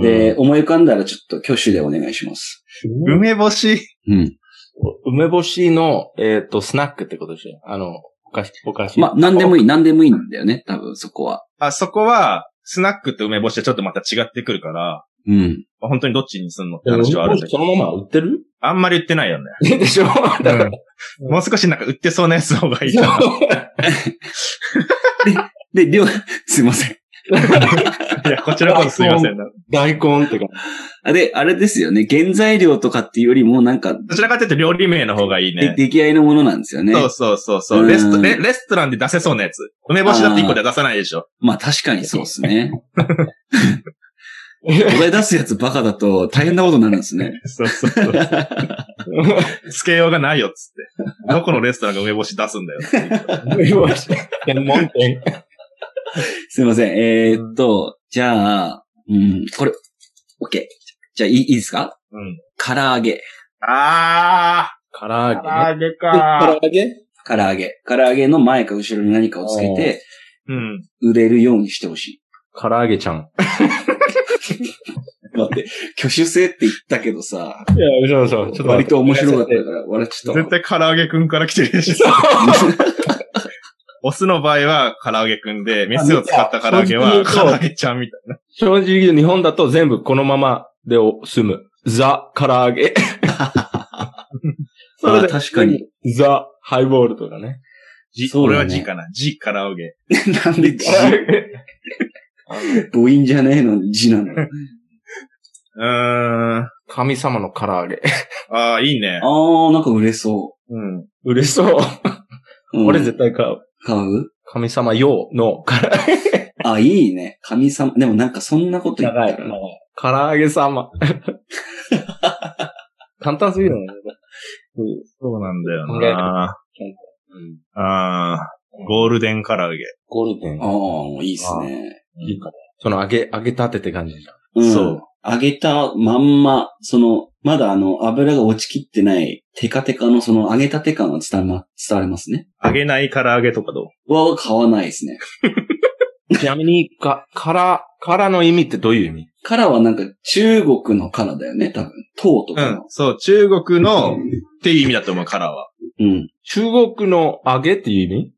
S3: で、、思い浮かんだらちょっと挙手でお願いします。
S2: 梅、
S1: 梅干し。
S3: うん。
S2: 梅干しの、えっ、と、スナックってことでしょあの、お菓子、お菓子。
S3: まあ、なんでもいい、なんでもいいんだよね。多分、そこは。
S1: あ、そこは、スナックと梅干しはちょっとまた違ってくるから、
S3: うん。
S1: まあ本当にどっちにすんのって
S2: 梅干し
S1: 話はあるんだけ
S2: そ
S1: ど、
S2: のまま売ってる
S1: あんまり売ってないよね。
S2: でしょだから。うん
S1: もう少しなんか売ってそうなやつの方がいいかな。
S3: で、りょう、 すいません。
S1: いや、こちらこそすいませんな。
S2: 大根ってか。
S3: あで、あれですよね。原材料とかっていうよりも、なんか、
S1: どちらかというと料理名の方がいい
S3: で
S1: ね。
S3: 出来合いのものなんですよね。
S1: そうそうそうそうう。
S3: ん
S1: レストレ、レストランで出せそうなやつ。梅干しだって一個では出さないでしょ。
S3: まあ確かにそうです ね。お題出すやつバカだと大変なことになるんですね。
S1: そうそうそう。つけようがないよっつって。どこのレストランが梅干し出すんだよっていう。
S2: 梅干し。専門店。
S3: すいません。えーっと、じゃあ、うん、これ、OK。じゃあ、いいいいですか
S1: うん。
S3: 唐揚げ。
S1: あ
S2: 唐揚
S1: ー、
S2: げ。
S1: 唐揚げ
S2: 唐
S1: か
S2: 揚げ
S3: 唐揚げ。唐揚げの前か後ろに何かをつけて、
S1: うん。
S3: 売れるようにしてほし
S2: 唐揚げちゃん。
S3: い。待って、挙手制って言ったけどさ、
S2: いや、嘘嘘。ちょっと
S3: 割と面白かったから、笑っちゃっ
S1: 絶対唐揚げくんから来てるでしょ。
S3: た。
S1: オスの場合は唐揚げくんで、メスを使った唐揚げは唐揚げちゃんみたい
S2: 正直言う日本だと全部このままでを済む。ザ、唐揚げ。 それで
S3: あ確かに。
S2: ザ、ハイボールとか ね。
S1: じ、
S3: そう
S1: 俺
S3: だ
S1: は
S3: ね
S1: G かな。G 唐揚げ。
S3: なんで字、母音じゃねえの字なの。
S1: うーん。
S2: 神様の唐揚げ。
S1: ああ、いいね。
S3: あー、なんか売れそ
S1: うん。
S2: 嬉しそう。
S3: う。うん
S2: 俺絶対買う。
S3: 買う
S2: 神様用の唐揚げ。
S3: あ、いいね。神様。でもなんかそんなこと言ったら。
S2: 唐揚げ様。 簡単すぎるのね。
S1: そうなんだよ
S2: 考え
S1: な。
S2: うん
S1: ああ、ゴールデン唐揚げ。
S2: ゴールデン
S3: あ。あ、いいっすね。
S2: いいかその揚げ、揚げたてって感じじゃん。
S3: ん
S1: そう。
S3: 揚げたまんま、その、まだあの、油が落ちきってない、テカテカのその揚げたて感が伝わま、伝わりますね。
S1: 揚げない唐揚げとかどう
S3: は買わないですね。
S2: ちなみに、か、から、からの意味ってどういう意味
S3: カラはなんか中国のカラだよね、多分。唐と
S1: う
S3: か
S1: ん
S3: の。。
S1: そう、中国のっていう意味だと思う、カラーは。
S3: うん。
S2: 中国の揚げっていう意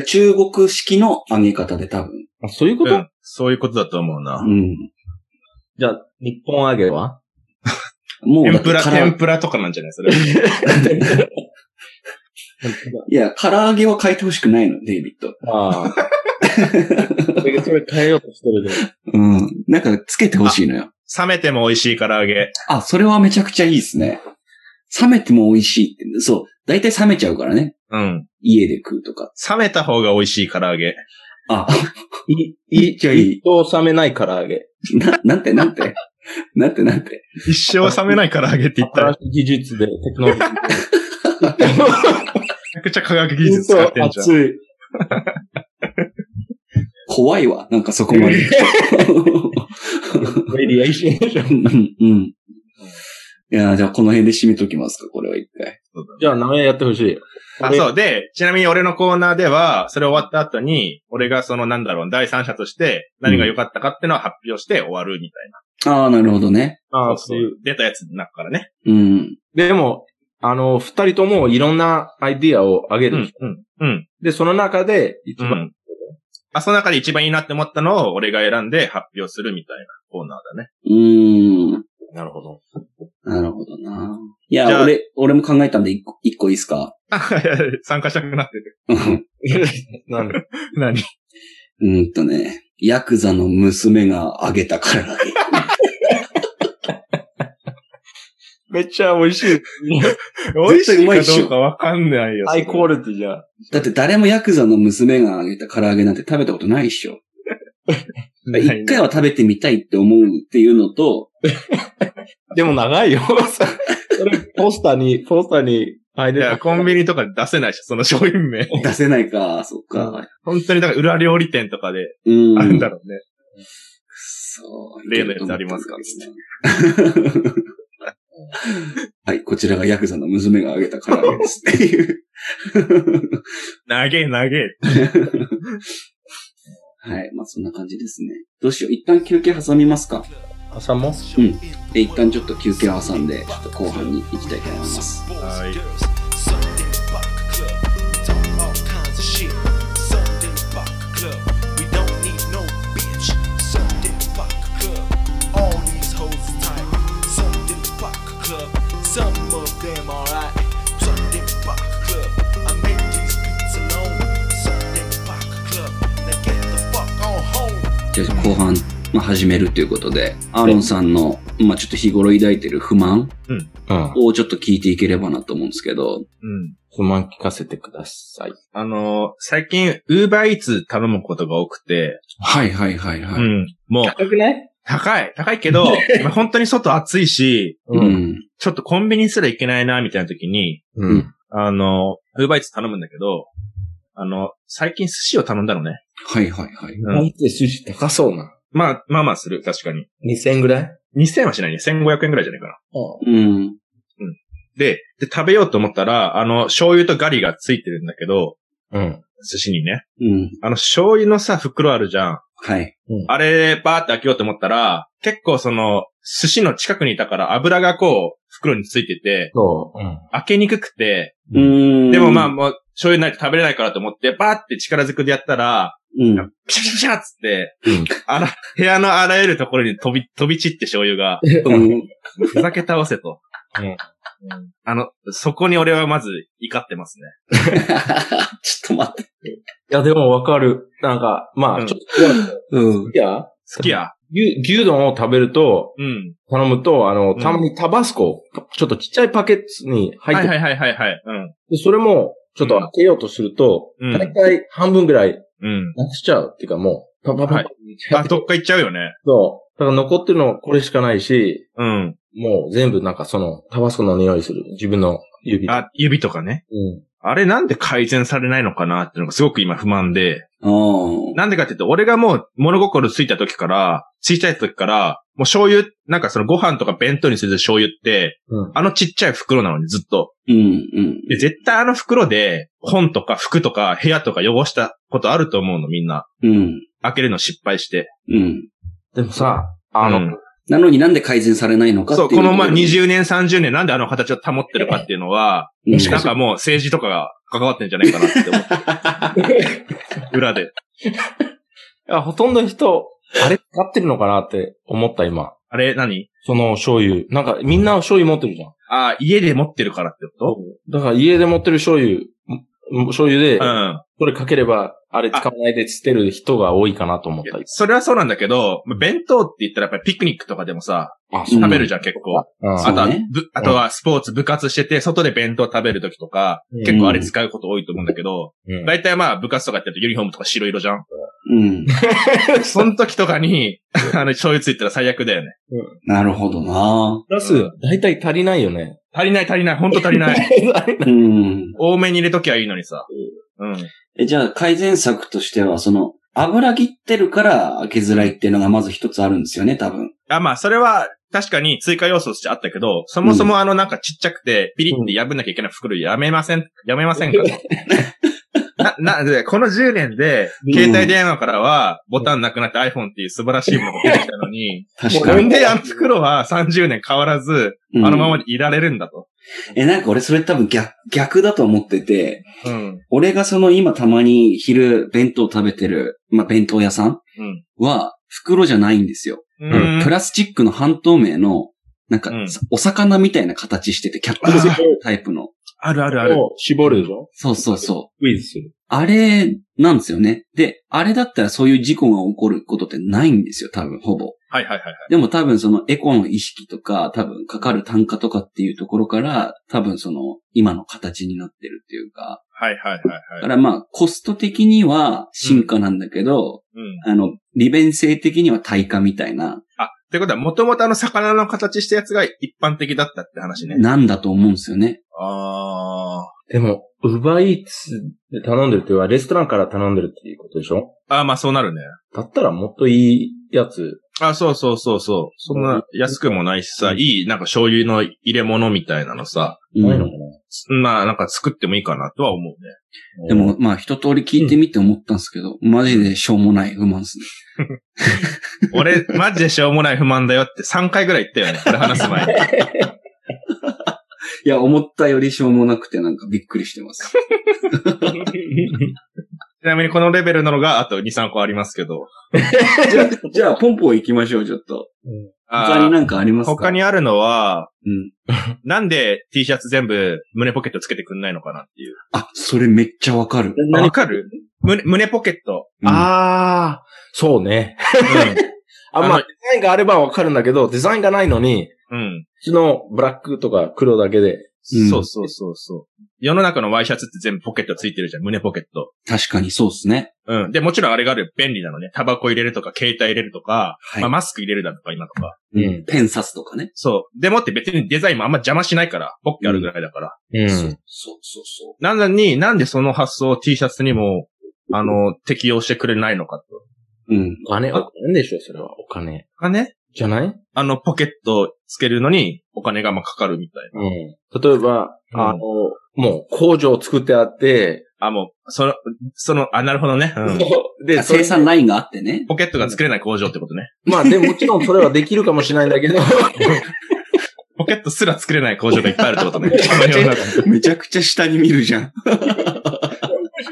S2: 味
S3: 中国式の揚げ方で多分。
S2: あそういうこ
S1: う
S2: と、
S1: ん。そういうことだと思うな。
S3: うん。
S2: じゃあ、日本揚げは
S3: もう
S1: 天
S3: だっ
S1: ぷ
S3: て
S1: ら、
S3: カラ、
S1: 天ぷらとかなんじゃないそれ。
S3: いや、唐揚げは変えてほしくないの、デイビッド。
S2: ああ。それそれ変えようとしてるじゃん。
S3: うん。なんかつけてほしいのよ。
S1: 冷めても美味しい唐揚げ。
S3: あそれはめちゃくちゃいいですね。冷めても美味しいって。そう。大体冷めちゃうからね。
S1: うん。
S3: 家で食うとか。
S1: 冷めた方が美味しい唐揚 げ。
S3: あ、
S2: い、
S3: いいじゃあいい。
S2: と冷めない唐揚げ。
S3: な、なんてなんて。なんてなんて。
S1: 一生冷めない唐揚げって言ったら、
S2: 新
S1: め
S2: しい技術で、テクノロジ
S1: ち
S2: ーで。
S1: ゃくちゃ科学技術使ってんじゃん。
S2: 熱い。
S3: 怖いわ。なんかそこまで。
S2: レディエーションでしょ。
S3: うんうん。いやーじゃあこの辺で締めときますか、これは一回。
S2: じゃあ、名前やってほしい。
S1: あ、そう。で、ちなみに俺のコーナーでは、それ終わった後に、俺がそのなんだろう、第三者として何が良かったかってのを発表して終わるみたい
S3: ああ、なるほどね。
S1: な。
S2: ああ、
S1: そ
S2: そうう
S1: い
S2: いうう。
S1: 出たやつの中からね。
S3: うん。
S2: でも、あの、二人ともいろんなアイディアをあげ
S1: う
S2: るで
S1: ん
S2: し、
S1: うん、うん、
S2: ょ。で、その中で、一
S1: う
S2: 番、
S1: ん。あ、その中で一番いいなって思ったのを俺が選んで発表するみたいなコーナーだね。
S3: うーん。
S2: なるほど。
S3: なるほどな。い
S1: じゃ
S3: や、
S1: あ
S3: 俺、俺も考えたんで一個、一個いいっすか。
S1: 参加したくなってる。
S3: うん
S2: なんで
S1: 何
S3: うーんとね、ヤクザの娘があげたから揚げ。
S2: めっちゃ美味しい。
S1: 美味しいかどうかわかんないよ。
S2: ハイクオリティじゃん。
S3: だって誰もヤクザの娘があげた唐揚げなんて食べたことないっしょ。一回は食べてみたいって思うっていうのと、
S2: でも長 いよ。それ、ポスターに、ポスターに入
S1: い
S2: れ
S1: や、
S2: た。
S1: コンビニとかで出せないし、その商品名。
S3: 出せないか、そっか。
S1: 本当に、だから裏料理店とかで
S3: うん。
S1: あるんだろうね。
S3: そう。
S1: 例のやつありますか
S3: はい、こちらがヤクザの娘があげた唐揚げですって いう。
S1: 投げ投げ。
S3: はい、まあそんな感じですね。どうしよう、一旦休憩挟みますか。
S2: 朝も
S3: うん。で、一旦ちょっと休憩を挟んで、ちょっと後半に行きたいと思います。
S1: はい。
S4: Some of them alright. Sunday Park Club. I make these beats alone. Sunday Park Club. Now get the fuck on home.
S3: じゃあ後半、まあ、始めるということで、アーロンさんの、まあちょっと日頃抱いてる不満
S2: うん。
S3: をちょっと聞いていければなと思うんですけ
S1: う
S3: ど、
S1: ん。
S2: 不満聞かせてください。
S1: あのー最近、ウーバーイーツ頼むことが多くて、
S3: はいはいはいは
S1: う
S3: い。
S1: ん。もう、
S2: 高くない
S1: 高い、高いけど、 まあ本当に外暑いし、
S3: う
S2: うん。
S3: ん。
S1: ちょっとコンビニすら行けないな、みたいな時に、
S2: うん。
S1: あのーウーバーイーツ頼むんだけど、あの、最近寿司を頼んだのね。
S3: はいはいはい。
S1: うん
S2: なんて寿司高そうな。
S1: まあ、まあまあする、確かに。
S2: 2000円ぐらい
S1: 2000はしないね。1500円ぐらいじゃないかな。
S3: うん。
S1: で、で、食べようと思ったら、あの、醤油とガリがついてるんだけど、
S2: うん。
S1: 寿司にね。
S3: うん。
S1: あの、醤油のさ、袋あるじゃん。
S3: はい。
S1: あれ、バーって開けようと思ったら、結構その、寿司の近くにいたから油がこう、袋についてて、
S2: そう。うん。
S1: 開けにくくて、
S2: う
S3: うん。
S1: でもまあ、もう、醤油ないと食べれないからと思って、バーって力ずくでやったら、
S3: うん。
S1: ピシャピシャピシャっつって、
S2: うん
S1: あら、部屋のあらゆるところに飛び、飛び散って醤油が、
S3: うん。
S1: ふざけ倒せと。
S2: うん
S1: あの、そこに俺はまず怒ってますね。
S3: ちょっと待って。
S2: いや、でもわかる。なんか、ま
S1: う
S2: あ、
S1: ん
S2: ちょっと怖いけど、
S3: うん。
S2: いや、
S1: 好きや。
S2: 牛、牛丼を食べると、
S1: うん。
S2: 頼むと、あの、
S1: うん
S2: たまにタバスコ、ちょっとちっちゃいパケツに入っ
S1: は
S2: て
S1: い
S2: て、
S1: はいはいはいはい。
S2: でそれも、ちょっと開けようとすると、
S1: うん
S2: だいたい半分ぐらい
S1: うん。うん。
S2: なくしちゃうっていうかもう、パパパパ
S1: はいあ、どっか行っちゃうよね。
S2: そう。だから残ってるのはこれしかないし、
S1: うん。
S2: もう全部なんかその、タバスコの匂いする。自分の指。
S1: あ、指とかね。
S2: うん。
S1: あれなんで改善されないのかなっていうのがすごく今不満で。
S3: あああ。
S1: なんでかって言うと、俺がもう物心ついた時から、小さい時から、もう醤油、なんかそのご飯とか弁当にする醤油って、
S2: うん。
S1: あのちっちゃい袋なのにずっと。
S3: うん、うん。
S1: で、絶対あの袋で、本とか服とか部屋とか汚したことあると思うの、みんな。
S3: うん、
S1: 開けるの失敗して。
S3: うん。
S2: でもさ、あ の、
S1: うん
S3: なのになんで改善されないのかっ
S1: そ、
S3: ていううと
S1: こ
S3: ろに。
S1: のまあ20年、30年なんであの形を保ってるかっていうのは、
S3: うん
S1: なんかもう政治とかが関わってんじゃないかなって思う。裏で。
S2: いやほとんどの人、あれ使ってるのかなって思った今。
S1: あれ何
S2: その醤油。なんかみんな醤油持ってるじゃん。
S1: ああ、家で持ってるからってこ
S2: だから家で持ってる醤油、ん醤油で
S1: とう、ん。
S2: それかければ、あれ使わないで捨てる人が多いかなと思ったり。
S1: それはそうなんだけど、まあ弁当って言ったらやっぱりピクニックとかでもさ、
S2: あ、
S3: うん
S1: 食べるじゃん結構。
S2: うん
S3: そ
S1: あ
S3: う
S1: とは、
S3: ね
S1: ぶあとはスポーツ、部活してて、外で弁当食べるときとか、結構あれ使うこと多いと思うんだけど、
S2: うん
S1: 大体まあ部活とかやってるとユニフォームとか白色じゃ ん。
S3: うん。
S1: その時とかに、あの、醤油ついたら最悪だよね。
S3: なるほどな
S2: プラス、大体足りない よね。
S1: 足りない足りない、ほんと足りない。
S3: うん。
S1: 多めに入れときゃいいのにさ。うん。
S3: え、じゃあ改善策としては、その、油切ってるから開けづらいっていうのがまず一つあるんですよね、多分。
S1: あ、まあ、それは確かに追加要素としてあったけど、そもそもあのなんかちっちゃくて、ピリって破んなきゃいけない袋やめません、やめませんか な、な、で、この10年で、携帯電話からは、ボタンなくなって iPhone っていう素晴らしいものが出てきたのに、
S3: 確か
S1: な
S3: に。
S1: んであの袋は30年変わらず、
S3: うん
S1: あのままでいられるんだと。
S3: え、なんか俺それ多分逆、逆だと思ってて、
S1: うん。
S3: 俺がその今たまに昼弁当食べてる、まあ、弁当屋さん
S1: うん。
S3: は、袋じゃないんですよ。
S1: うん。
S3: プラスチックの半透明の、なんか、
S1: うん
S3: お魚みたいな形してて、キャップのタイプの。
S1: あるあるある。
S2: を絞るでしょ
S3: そうそうそう。
S2: ウィズする。
S3: あれ、なんですよね。で、あれだったらそういう事故が起こることってないんですよ、多分、ほぼ。
S1: はいはいはいはい。
S3: でも多分そのエコの意識とか、多分かかる単価とかっていうところから、多分その今の形になってるっていうか、
S1: はいはいはい
S3: だ
S1: は
S3: か
S1: い。
S3: らまあコスト的には進化なんだけど、
S1: うん。
S3: あの、利便性的には対価みたいな、
S1: あ、ってことは、もともとあの魚の形したやつが一般的だったって話ね。
S3: なんだと思うんですよね。
S1: あー。
S2: でも、ウバイーツで頼んでるっていうのは、レストランから頼んでるっていうことでしょ
S1: あーまあそうなるね。
S2: だったらもっといいやつ。
S1: あ、そうそうそうそう。そんな安くもないしさ、
S2: うん
S1: いいなんか醤油の入れ物みたいなのさ、
S3: うん
S2: ないのかな、
S1: まあなんか作ってもいいかなとは思うね。
S3: でもまあ一通り聞いてみて思ったんですけど、マジでしょうもない不満ですね。
S1: 俺、 マジでしょうもない不満だよって3回ぐらい言ったよね。これ話す前に。
S3: いや、思ったよりしょうもなくてなんかびっくりして ます。
S1: ちなみにこのレベルなのがあと2、3個ありますけど。
S3: じゃあ、じゃあポンポン行きましょう、ちょっと。
S1: あー
S3: 他になんかありますか
S1: 他にあるのは、
S3: うん。
S1: なんで T シャツ全部胸ポケットつけてくんないのかなっていう。
S3: あ、それめっちゃわかる。
S1: わかる胸胸ポケット。
S3: うん
S2: ああ、そうね。 あ、ま
S1: あの
S2: あ、デザインがあればわかるんだけど、デザインがないのに、
S1: うん。うん。
S2: うちのブラックとか黒だけで。
S3: うん
S1: そうそうそうそう。世の中のワイシャツって全部ポケットついてるじゃん、胸ポケット。
S3: 確かにそうですね。
S1: うん。で、もちろんあれがある便利なのね。タバコ入れるとか、携帯入れるとか、
S3: はい
S1: まあ、マスク入れるだとか、今とか。
S2: うん。
S3: ペン刺すとかね。
S1: そう。でもって別にデザインもあんま邪魔しないから、ポッケあるぐらいだから。
S2: う。
S3: そうんそうそうそ
S1: なのに、なんでその発想を T シャツにも、あの、適用してくれないのかと。
S3: う。うん。
S2: お金、お金でしょ、それは。お金。
S1: かね。
S2: じゃない
S1: あの、ポケットつけるのに、お金がまあかかるみたい
S2: うん。例えば、
S1: うん
S2: あの、もう工場を作ってあって、
S1: な。あ、もう、その、その、あ、なるほどね。うん。
S2: で、
S3: あ
S2: それ
S3: 生産ラインがあってね。
S1: ポケットが作れない工場ってことね。
S2: まあ、でもちろんそれはできるかもしれないんだけど、
S1: ポケットすら作れない工場がいっぱいあるってこと ね。この世の中
S3: めちゃくちゃ下に見るじゃん。
S2: もし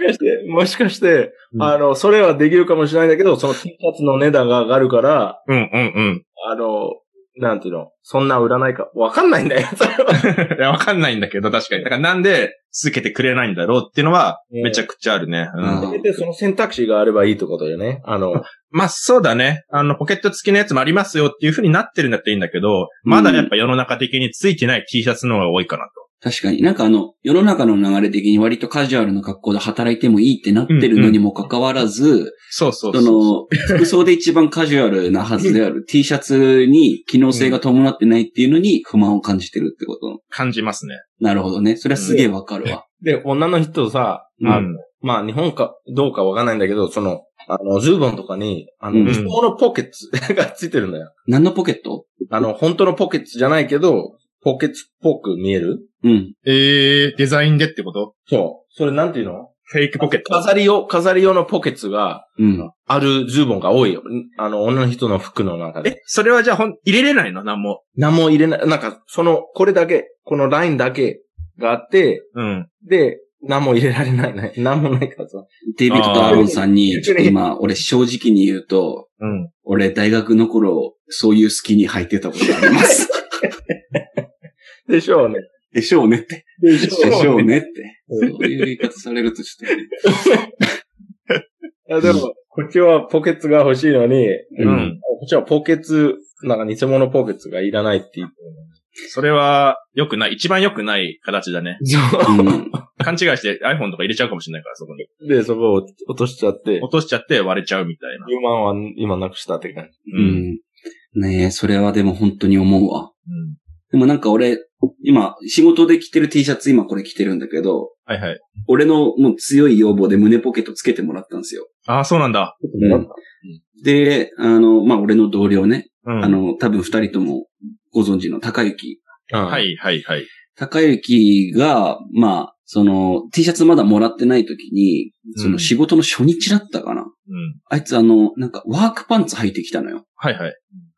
S2: かして、もしかして、
S1: うん
S2: あの、それはできるかもしれないんだけど、その T シャツの値段が上がるから、
S1: うんうん
S2: あの、なんていうの、そんな売らないか、わかんないんだよ、それは。
S1: うん。いや、わかんないんだけど、確かに。だからなんで続けてくれないんだろうっていうのは、
S2: うん
S1: めちゃくちゃあるね。うん。
S3: うん
S2: せめてその選択肢があればいいってことだよね。あ の、
S1: まあ、そうだね。あの、ポケット付きのやつもありますよっていう風になってるんだっていいんだけど、まだやっぱ世の中的に付いてない T シャツの方が多いかなと。
S3: 確かになんかあの、世の中の流れ的に割とカジュアルな格好で働いてもいいってなってるのにもかかわらず、
S1: そうそう
S3: そ
S1: そう。
S3: の、服装で一番カジュアルなはずである T シャツに機能性が伴ってないっていうのに不満を感じてるってこと。
S1: 感じますね。
S3: なるほどね。それはすげえわかるわ。
S2: で、女の人さ、
S1: う
S2: あ
S1: ん。
S2: のまあ日本かどうかわかんないんだけど、その、あの、ズーボンとかに、あ
S3: う
S2: の、
S3: ん
S2: 理想のポケッツ がついてるんだよ。
S3: 何のポケット
S2: あの、本当のポケッツじゃないけど、ポケッツっぽく見える
S3: うん。
S1: えー、デザインでってこと
S2: そう。それなんていうの
S1: フェイクポケット。
S2: 飾り用、飾り用のポケッツが
S3: うん。
S2: あるズーボンが多いよ。んあの、女の人の服の中で。
S1: え、それはじゃあほん、入れれないのなんも。
S2: 何も入れない、なんか、その、これだけ、このラインだけがあって、
S1: うん。
S2: で、何も入れられないね。何もないからさ。
S3: デイビッドとアーロンさん
S2: あ
S3: に、
S2: ー
S3: ちょっと今、俺正直に言うと、
S1: うん。
S3: 俺大学の頃、そういうスキに履いてたことあります。
S2: でしょうね。
S3: でしょうねって。
S2: で
S3: でしょうねって。そういう言い方されるとちょっとね。
S2: いや、でも、こっちはポケッツが欲しいのに、
S1: う
S3: うん
S1: ん。
S2: こっちはポケツ、なんか偽物ポケツがいらないって言って。
S1: それは、良くない。一番良くない形だね。
S3: うん。
S1: 勘違いして iPhone とか入れちゃうかもしれないから、そこに。
S2: で、そこを落としちゃって、
S1: 落としちゃって割れちゃうみたいな。
S2: 10万は今なくしたって感じ。
S1: う
S3: う。ん。ねえ、それはでも本当に思うわ。
S1: うん。
S3: でもなんか俺、今、仕事で着てる T シャツ今これ着てるんだけど、
S1: はいはい。
S3: 俺のもう強い要望で胸ポケットつけてもらったんですよ。
S1: ああ、そうなんだ。
S3: うんで、あの、まあ、俺の同僚ね、
S1: うん。
S3: あ、の、多分二人ともご存知の高雪。
S1: は
S2: はい。
S1: いはいはい。
S3: 高雪が、まあ、その、T シャツまだもらってない時に、その仕事の初日だったかな。
S1: うん。
S3: あいつあの、なんかワークパンツ履いてきたのよ。
S1: はいはい。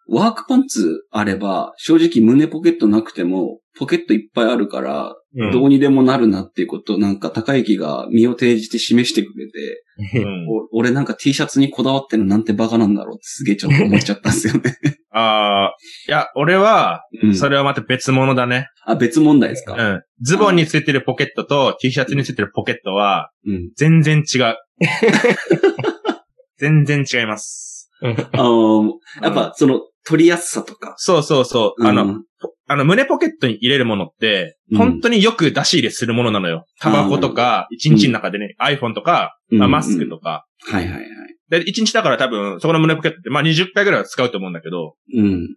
S3: ワークパンツあれば、正直胸ポケットなくても、ポケットいっぱいあるから、
S1: うん
S3: どうにでもなるなっていうことをなんか高雪が身を提示して示してくれて、
S1: うん
S3: お俺なんか T シャツにこだわってるのなんてバカなんだろうってすげえちょっと思っちゃったんですよ ね。
S1: ああ、いや、俺は、
S3: うん、
S1: それはまた別物だね。
S3: あ、別問題ですか、
S1: うん。ズボンについてるポケットと T シャツについてるポケットは、
S3: うん
S1: 全然違う。全然違います。
S3: あのやっぱその取りやすさとか。
S1: そうそうそう。あ
S3: う
S1: の、
S3: ん
S1: あの、胸ポケットに入れるものって、
S3: うん
S1: 本当によく出し入れするものなのよ。タバコとか、一日の中でね、iPhone とか、まあマスクとか。
S3: はいはいはい。
S1: で、一日だから多分、そこの胸ポケットって、まあ20回ぐらいは使うと思うんだけど、
S3: うん。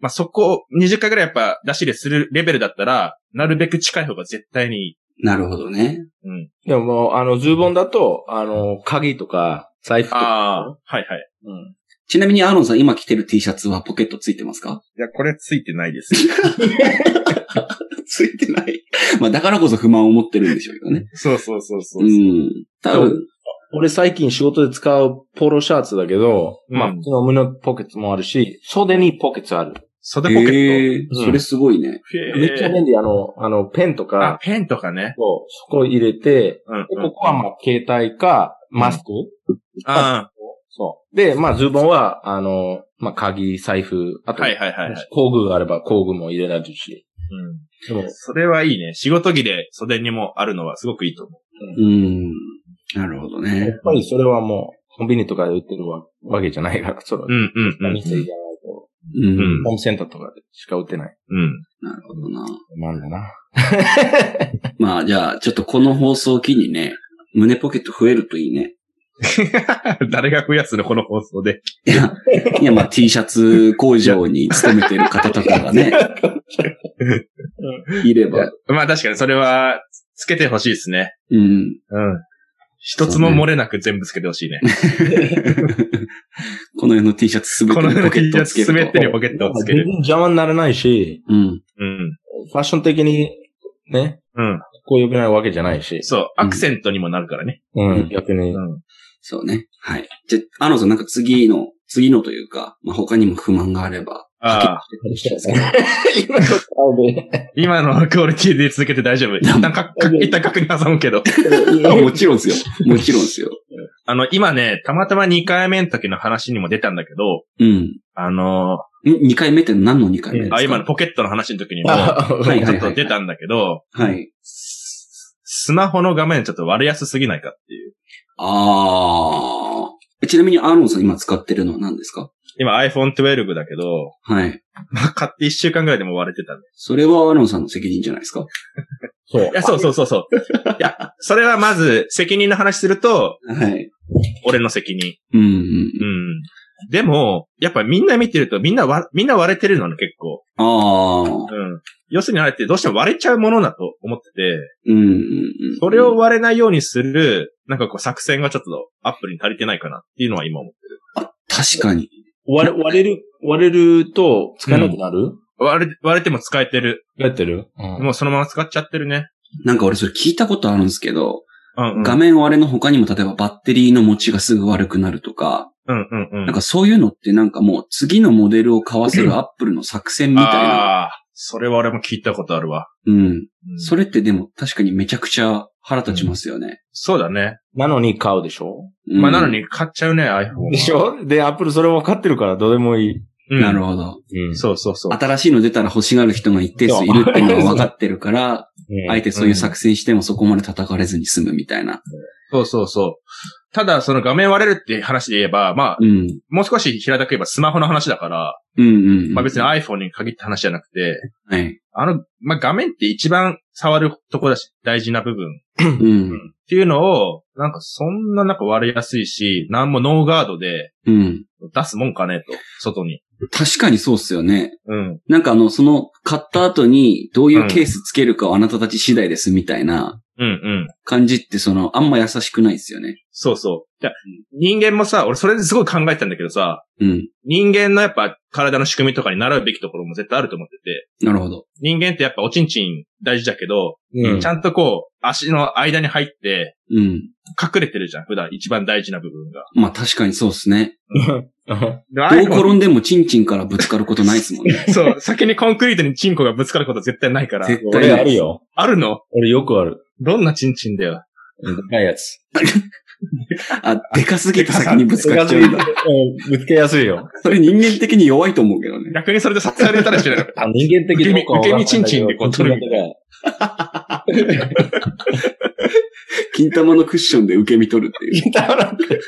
S1: まあそこを20回ぐらいやっぱ出し入れするレベルだったら、なるべく近い方が絶対にいい。
S3: なるほどね。
S1: うん。
S2: でももう、あの、ズボンだと、あの、鍵とか、財布とか。
S1: ああ、はいはい。
S2: うん。
S3: ちなみにアーロンさん今着てる T シャツはポケットついてます か
S1: いや、これついてないです。
S3: ついてない。 まあだからこそ不満を持ってるんでしょうけどね。
S1: そうそうそうそううん。
S3: ん。多分、
S2: 俺最近仕事で使うポロシャツだけど、
S1: うん
S2: まあ、普通の胸ポケットもあるし、袖にポケットある。
S1: 袖ポケッ
S3: えー
S2: うん
S3: それすごいね。
S1: ト。へー
S2: めっちゃ便利、あの、あの、ペンと
S1: あ
S2: か、、
S1: ペンとかね。
S2: そうそこ入れて、
S1: うんうん
S2: でここはまあ、携帯か、マスク、
S1: あ
S2: そう。で、まあ、ズボンは、あの、まあ、鍵、財布、あ
S1: あ、
S2: と、
S1: はいはいはいはい。
S2: 工具があれば工具も入れられるし。でも
S1: うん。それはいいね。仕事着で袖にもあるのはすごくいいと思う。
S3: うん。なるほど
S2: や
S3: ね
S2: っ。ぱりそれはもう、コンビニとかで売ってるわわけじゃないから、それは。
S1: んうん
S2: 店じゃないと、
S3: うん。
S1: うん
S2: ホームセンターとかでしか売ってない。
S1: うん。
S3: なるほどな。
S2: なんだな。
S3: まあじゃあ、ちょっとこの放送を機にね、胸ポケット増えるといいね。
S1: 誰が増やすのこの放送で。
S3: いや、いやまあ T シャツ工場に勤めてる方とか がね、いれば。
S1: まあ確かにそれは、つけてほしいですね。
S3: うん。
S1: うん。一つも漏れなく全部つけてほしいね。
S3: この世の T シャツすべて
S1: こ
S3: に
S1: の
S3: ポケットをつけ
S1: すべ
S3: ると
S1: て。にポケットをつけ
S2: 全然
S1: る。
S2: 邪魔にならないし、
S3: うん。
S1: うん。
S2: ファッション的に、ね、
S1: うん。
S2: こう良くないわけじゃないし。
S1: そう。アクセントにもなるからね。
S2: うん、逆に。
S1: ん。
S3: そうね。はい。じゃあ、アーノンさんなんか次の、次のというか、まあ他にも不満があれば。
S1: ああ。
S2: 今の顔で
S1: 今のクオリティで続けて大丈夫。一旦か、か一旦確認挟むけど。
S3: もちろんですよ。もちろんですよ。
S1: あの、今ね、たまたま2回目の時の話にも出たんだけど、
S3: うん。
S1: あの
S3: 2回目って何の2回目です
S1: ー、
S3: か
S1: あ、今のポケットの話の時にも、
S2: あ
S3: は
S1: ち
S3: いはい
S1: ょ
S3: は
S1: っ
S3: いは
S1: と
S3: い。
S1: 出たんだけど、
S3: はい。
S1: ススマホの画面ちょっと割れやすすぎないかっていう。
S3: あー。ちなみにアーロンさん今使ってるのは何ですか
S1: 今 iPhone 12だけど、
S3: はい。
S1: まあ、買って1週間ぐらいでも割れてたね。
S3: それはアーロンさんの責任じゃないですか
S2: そう
S1: いや、。そうそうそうそう。いや、それはまず責任の話すると、
S3: はい。
S1: 俺の責任。
S3: うんうん。
S1: うん。でも、やっぱみんな見てるとみんなわ、みんな割れてるのね、結構。
S3: ああ。
S1: うん。要するにあれってどうしても割れちゃうものだと思ってて、
S3: うんうんうん。
S1: それを割れないようにする、なんかこう作戦がちょっとアップルに足りてないかなっていうのは今思ってる。
S3: 確かに。
S2: 割れ、割れる、割れると使えなくなる、
S1: 割れ、割れても使えてる。
S2: やってるうん。
S1: もうそのまま使っちゃってるね。
S3: なんか俺それ聞いたことあるんですけど、
S1: うん、うん。
S3: 画面割れの他にも例えばバッテリーの持ちがすぐ悪くなるとか、
S1: うんうんうん。
S3: なんかそういうのってなんかもう次のモデルを買わ せるアップルの作戦みたいな。
S1: ああー、それは俺も聞いたことあるわ。
S3: うん。
S1: うん
S3: それってでも確かにめちゃくちゃ腹立ちますよね。
S1: そうだね。
S2: なのに買うでしょ
S3: うん
S1: まあ、なの。に買っちゃうね、iPhone。
S2: でしょで、アップルそれ分かってるからどうでもいい。
S1: うん
S3: なるほど。
S2: うん
S1: そうそうそう。
S3: 新しいの出たら欲しがる人が一定数いるっていうのが分かってるから、あえてそういう作戦してもそこまで叩かれずに済むみたいな。
S1: そうそうそう。ただ、その画面割れるって話で言えば、まあ、
S3: うん。
S1: もう少し平たく言えばスマホの話だから、
S3: うんうん。
S1: まあ別に
S3: は
S1: iPhone に限った話じゃなくて、
S3: い。
S1: あの、まあ画面って一番触るとこだし、大事な部分
S3: うん。
S1: っていうのを、なんかそんななんか割れやすいし、なんもノーガードで
S3: うん。
S1: 出すもんかねと、外に。
S3: 確かにそうっすよね。
S1: うん。
S3: なんかあの、その、買った後に、どういうケースつけるかはあなたたち次第ですみたいな
S1: うんうん。
S3: 感じって、その、あんま優しくないですよね。
S1: そうそう。じゃ人間もさ、俺それですごい考えたんだけどさ、
S3: うん。
S1: 人間のやっぱ体の仕組みとかに習うべきところも絶対あると思ってて、
S3: なるほど。
S1: 人間ってやっぱおちんちん大事だけど、
S2: うん
S1: ちゃんとこう、足の間に入って、
S3: うん。
S1: 隠れてるじゃん、普段一番大事な部分が。
S3: まあ確かにそうっすね。
S1: で
S3: どう転んでもチンチンからぶつかることないですも んね。
S1: そう、先にコンクリートにチンコがぶつかること絶対ないから。
S3: 絶対
S2: 俺
S3: ない
S2: あるよ。
S1: あるの
S2: 俺よくある。
S1: どんなチンチンだよ。
S2: でかい やつ。
S3: あ、でかすぎて先にぶつかっちゃうんだ。
S2: うんぶつけやすいよ。
S3: それ人間的に弱いと思うけどね。
S1: 逆にそれで刺されたらしない の
S2: あ人間的に僕は分かんない
S1: 受け身受け身チンチンでこう取るみた
S3: 金玉のクッションで受け身取るっていう。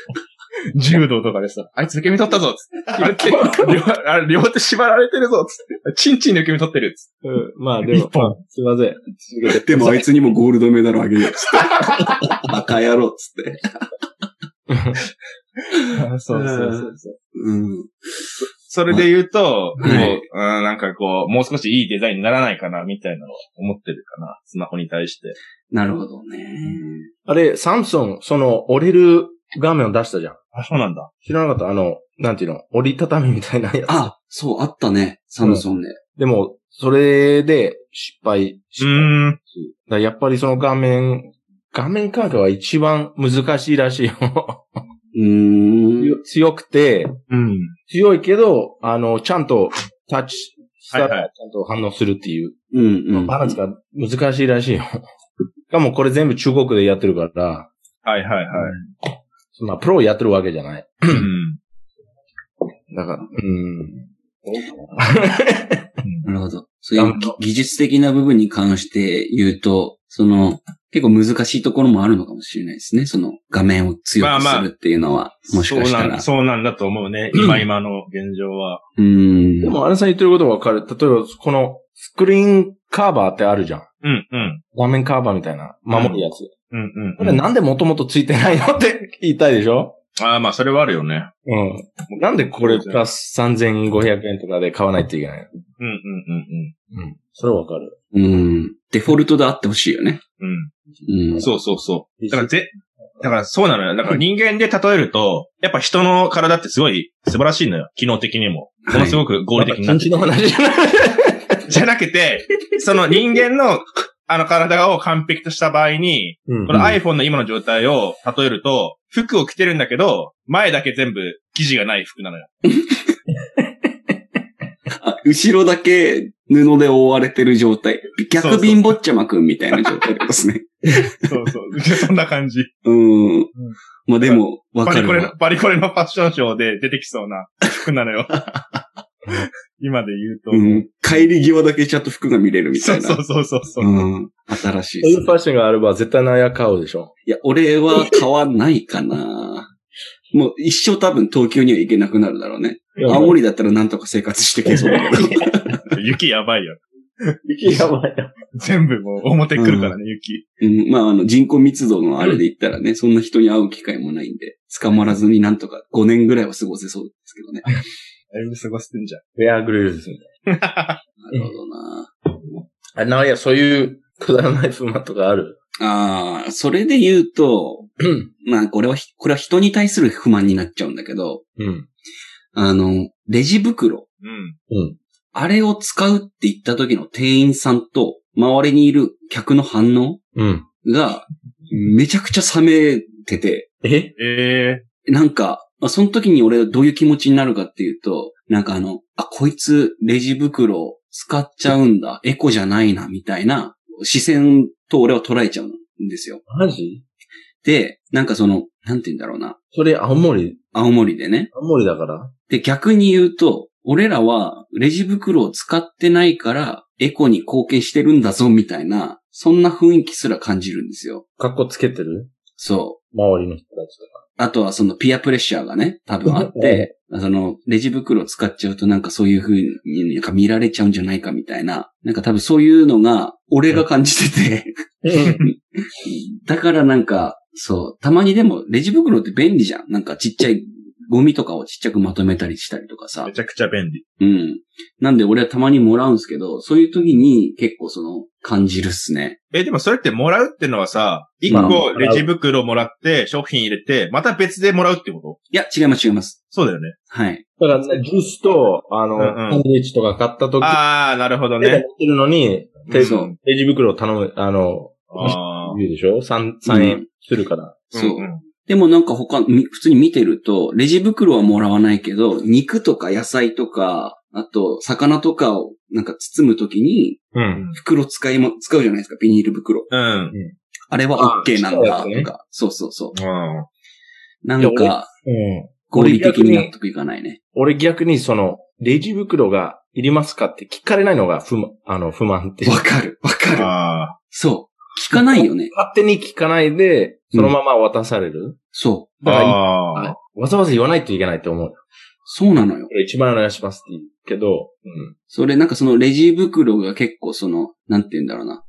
S1: 柔道とかでさ、あいつ受け身取ったぞっつって。あれって両あれ両手縛られてるぞっつって。チンチンで受け身取ってるっつって。
S2: うんまあでも
S1: 一本、
S2: すいません。
S3: でもあいつにもゴールドメダルあげるよっつって。バカ野郎っつって。
S1: そう
S2: そう
S1: そうそう。
S3: うん。
S1: それで言うと、
S3: はい
S1: もう、うん、なんかこう、もう少しいいデザインにならないかな、みたいなのを思ってるかな、スマホに対して。
S3: なるほどね。
S2: あれ、サムソン、その、折れる画面を出したじゃん。
S1: あ、そうなんだ。
S2: 知らなかったあの、なんていうの折りたたみみたいな やつ。
S3: あ、そう、あったね。サムソンで。
S2: でも、それで失敗し
S1: う
S2: た。
S1: ーん。
S2: だからやっぱりその画面、画面感覚は一番難しいらしいよ。
S3: うーん。
S2: 強くて、
S1: うん。
S2: 強いけど、あの、ちゃんとタッチした
S1: はいは
S2: らちゃんと反応するっていう、
S3: うんうん。
S2: バランスが難しいらしいよ。しかもこれ全部中国でやってるから、
S1: はいはいはい。
S2: まあ、プロやってるわけじゃない。
S1: うん。
S2: だから、うん。
S3: なるほど。そういう技技術的な部分に関して言うと、その、結構難しいところもあるのかもしれないですね。その画面を強
S1: まあ
S3: く
S1: ますあ
S3: るっていうのは、もしかした
S1: そうな
S3: ら。
S1: んそうなんだと思うね。今今の現状は。
S3: うーん。
S2: でも、アナさん言ってることわかる。例えば、この、スクリーンカーバーってあるじゃん。
S1: うんうん。
S2: 画面カーバーみたいな、守るやつ。
S1: うんうん、
S2: これなんでもともとついてないのって 言いたいでしょ
S1: ああ、まあそれはあるよね。
S2: うん。なんでこれプラス3500円とかで買わないといけない
S1: うんうんうん
S2: のうん。それはわかる。
S3: うん。デフォルトであってほしいよね。
S1: うん。
S3: う。
S1: うんん。そうそうそう。だからぜ、だからそうなのよ。だから人間で例えると、やっぱ人の体ってすごい素晴らしいのよ。機能的にも。ものすごく合理的にな
S2: 禁
S1: って
S2: 止
S1: る
S2: の話じゃない
S1: じゃなくて、その人間の、あの体を完璧とした場合に、
S2: うん
S1: この iPhone の今の状態を例えると、服を着てるんだけど、前だけ全部生地がない服なのよ。
S3: あ後ろだけ布で覆われてる状態。
S1: そう
S3: 逆
S1: そう
S3: 貧乏っちゃまくんみたいな状態ってことですね。
S1: そうそう。そんな感じ。
S3: うん。まあでも、わ
S1: バ
S3: か
S1: リ
S3: る
S1: コレ
S3: わ
S1: の、。バリコレのファッションショーで出てきそうな服なの よ。今で言うと。
S3: うん。帰り際だけちゃんと服が見れるみた
S1: そ
S3: いうな。
S1: そうそうそうそう。
S3: うん。新しいっ
S2: そうい
S3: す
S2: う
S3: ね
S2: ファッションがあれば絶対なんや買うでしょ。
S3: いや、俺は買わないか な。もう一生多分東京には行けなくなるだろうね。青森だったらなんとか生活してけそうだけど。
S1: 雪やばいよ。
S2: いやばいな。
S1: 全部もう表来るからね、雪。
S3: うん、まあ、あの、人口密度のあれで言ったらね、そんな人に会う機会もないんで。捕まらずになんとか5年ぐらいは過ごせそうですけどね。
S1: だいぶ過ごしてんじゃん。
S2: ェアグリルズ
S3: なるほどな。
S2: あ、なんや、そういうくだらない不満とかある
S3: ああ、それで言う と、まあこれはひ、これは人に対する不満になっちゃうんだけど、
S2: うん。
S3: あの、レジ袋。
S1: うん。
S2: うん。
S3: あれを使うって言った時の店員さんと、周りにいる客の反応
S2: うん。
S3: が、めちゃくちゃ冷めてて、
S2: え
S1: ええ
S3: なんか、まあ、その時に俺どういう気持ちになるかっていうと、なんかあの、あ、こいつレジ袋使っちゃうんだ、エコじゃないな、みたいな視線と俺は捉えちゃうんですよ。
S2: マジ
S3: で、なんかその、なんて言うんだろうな、
S2: それ、青森
S3: 青森でね、
S2: 青森だから
S3: で、逆に言うと、俺らはレジ袋を使ってないから、エコに貢献してるんだぞ、みたいな、そんな雰囲気すら感じるんですよ。
S2: 格好つけてる
S3: そう。
S2: 周りの人たちとか。
S3: あとはそのピアプレッシャーがね、多分あって、そのレジ袋を使っちゃうとなんかそういう風になんか見られちゃうんじゃないかみたいな、なんか多分そういうのが俺が感じてて、だからなんか、そう、たまにでもレジ袋って便利じゃん。なんかちっちゃいゴミとかをちっちゃくまとめたりしたりとかさ
S1: ー。め。ちゃくちゃ便利。
S3: うん。なんで俺はたまにもらうんすけど、そういう時に結構その感じるっすね。
S1: え、でもそれってもらうってのはさ、一
S3: まあ
S1: 個レジ袋もらって、商品入れて、また別でもらうってこと
S3: いや、違います違います。
S1: そうだよね。
S3: はい。
S2: だからね、ジュースと、あの、
S1: うんうん
S2: サンドイッチとか買った時、
S1: ああ、なるほど
S2: 手で持っ
S1: ね。
S2: てるのに、手
S3: そう
S2: のレジ袋を頼む、あの、
S1: ああ。
S2: 言うでしょ ?3、三円するから。
S3: そう。
S1: んん
S3: でもなんか他、み普通に見てると、レジ袋はもらわないけど、肉とか野菜とか、あと、魚とかをなんか包む時に、
S1: うん。
S3: 袋使いも、使うじゃないですか、ビニール袋。
S1: うん。
S3: あれ
S2: あ
S3: は
S2: ー
S3: OK なんだ、
S2: そう
S3: と
S2: です
S3: か、
S2: ね
S3: そうそうそ
S1: うん。
S3: う。なん
S2: い
S3: か、
S2: うん。
S3: 合理的に
S2: 俺逆に
S3: 納得いかないね。
S2: 俺逆にその、レジ袋がいりますかって聞かれないのが不満、あの、不満っていう
S3: わ。かる、わかる。
S1: あ
S3: そう。聞かないよね。
S2: 勝手に聞かないで、そのまま渡される。
S3: そ
S1: あ。
S2: だから
S1: あ
S2: はい
S1: あ。
S2: わざわざ言わないといけないと思う。
S3: う。そうなのよ。
S2: 俺一番お願いしますって言うけど、うん。
S3: それなんかそのレジ袋が結構その、なんて言うんだろうな。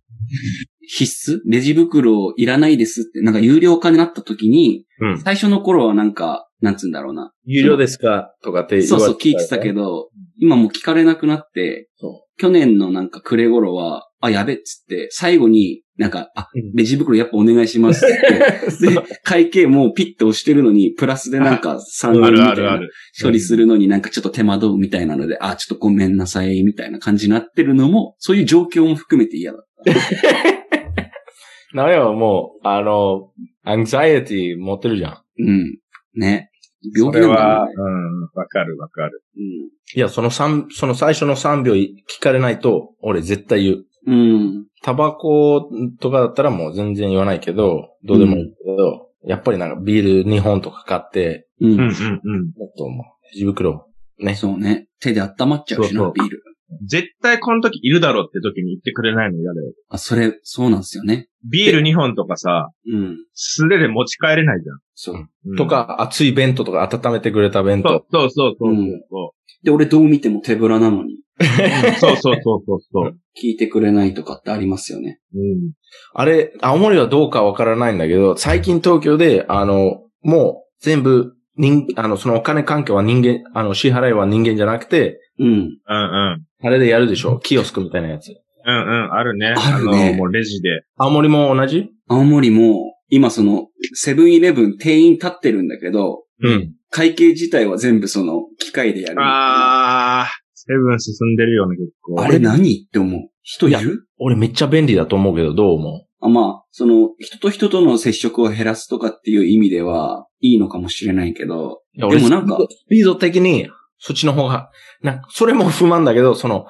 S3: 必須レジ袋いらないですって、なんか有料化になった時に、
S1: うん
S3: 最初の頃はなんか、なんつうんだろうな。
S2: 有料ですかとかって言
S3: そう
S2: わ
S3: そ
S2: れ
S3: う聞いてたけ
S2: ど。
S3: ど、今もう聞かれなくなって
S2: そ、
S3: 去年のなんか暮れ頃は、あ、やべっつって、最後になんか、あ
S2: うん、
S3: レジ袋やっぱお願いしますって。 で、会計もうピッと押してるのに、プラスでなんか3円み
S1: あ
S3: たい
S1: る
S3: な。
S1: あるある。
S3: 処理するのになんかちょっと手間取うみたいなので、あ、ちょっとごめんなさい、みたいな感じになってるのも、そういう状況も含めて嫌だ。
S2: なれはもう、あの、アンザイエティ持ってるじゃん。
S3: うん。ね。
S1: そ
S3: 病気
S1: れ
S3: なんだろ
S1: は、
S3: うね。
S1: うん、わかるわかる。
S2: いや、その三、その最初の3秒聞かれないと、俺絶対言う。
S3: うん。うん。
S2: タバコとかだったらもう全然言わないけど、どうでもいいけど、やっぱりなんかビール2本とか買って、
S3: うん。
S1: うんうんうん。
S2: もっともう、地袋。ね。
S3: そうね。手で温まっちゃうし
S2: そうそ、
S3: な
S2: う
S3: ビール。
S1: 絶対この時いるだろうって時に言ってくれないの嫌だよ。
S3: あ、それ、そうなんですよね。
S1: ビール2本とかさ、
S3: うん。
S1: 素手で持ち帰れないじゃん
S3: そう。
S1: うん。
S2: とか、熱い弁当とか温めてくれた弁
S1: そ
S2: 当
S1: う。そうそうそう
S3: うんで、俺どう見ても手ぶらなのに、
S1: そう。そうそうそうそうそう。
S3: 聞いてくれないとかってありますよね。
S1: うん。
S2: あれ、青森はどうかわからないんだけど、最近東京で、あの、もう全部、人、あの、そのお金関係は人間、あの、支払いは人間じゃなくて、
S3: うん。
S1: うんうん。
S2: あれでやるでしょキオスクみたいなやつ。
S1: うんうん。あるね。
S3: あるね
S1: の、もうレジで。
S2: 青森も同じ
S3: 青森も、今その、セブンイレブン店員立ってるんだけど、
S2: うん。
S3: 会計自体は全部その、機械でやるみたいな。
S1: ああ、セブン進んでるよね、結構。
S3: あれ何って思う。人い
S2: い
S3: る
S2: 俺めっちゃ便利だと思うけど、どう思
S3: あまあ、その、人と人との接触を減らすとかっていう意味では、いいのかもしれないけど、
S2: ういや俺
S3: でもなんか
S2: スピードスピード的に、そっちの方が、なんか、それも不満だけど、その、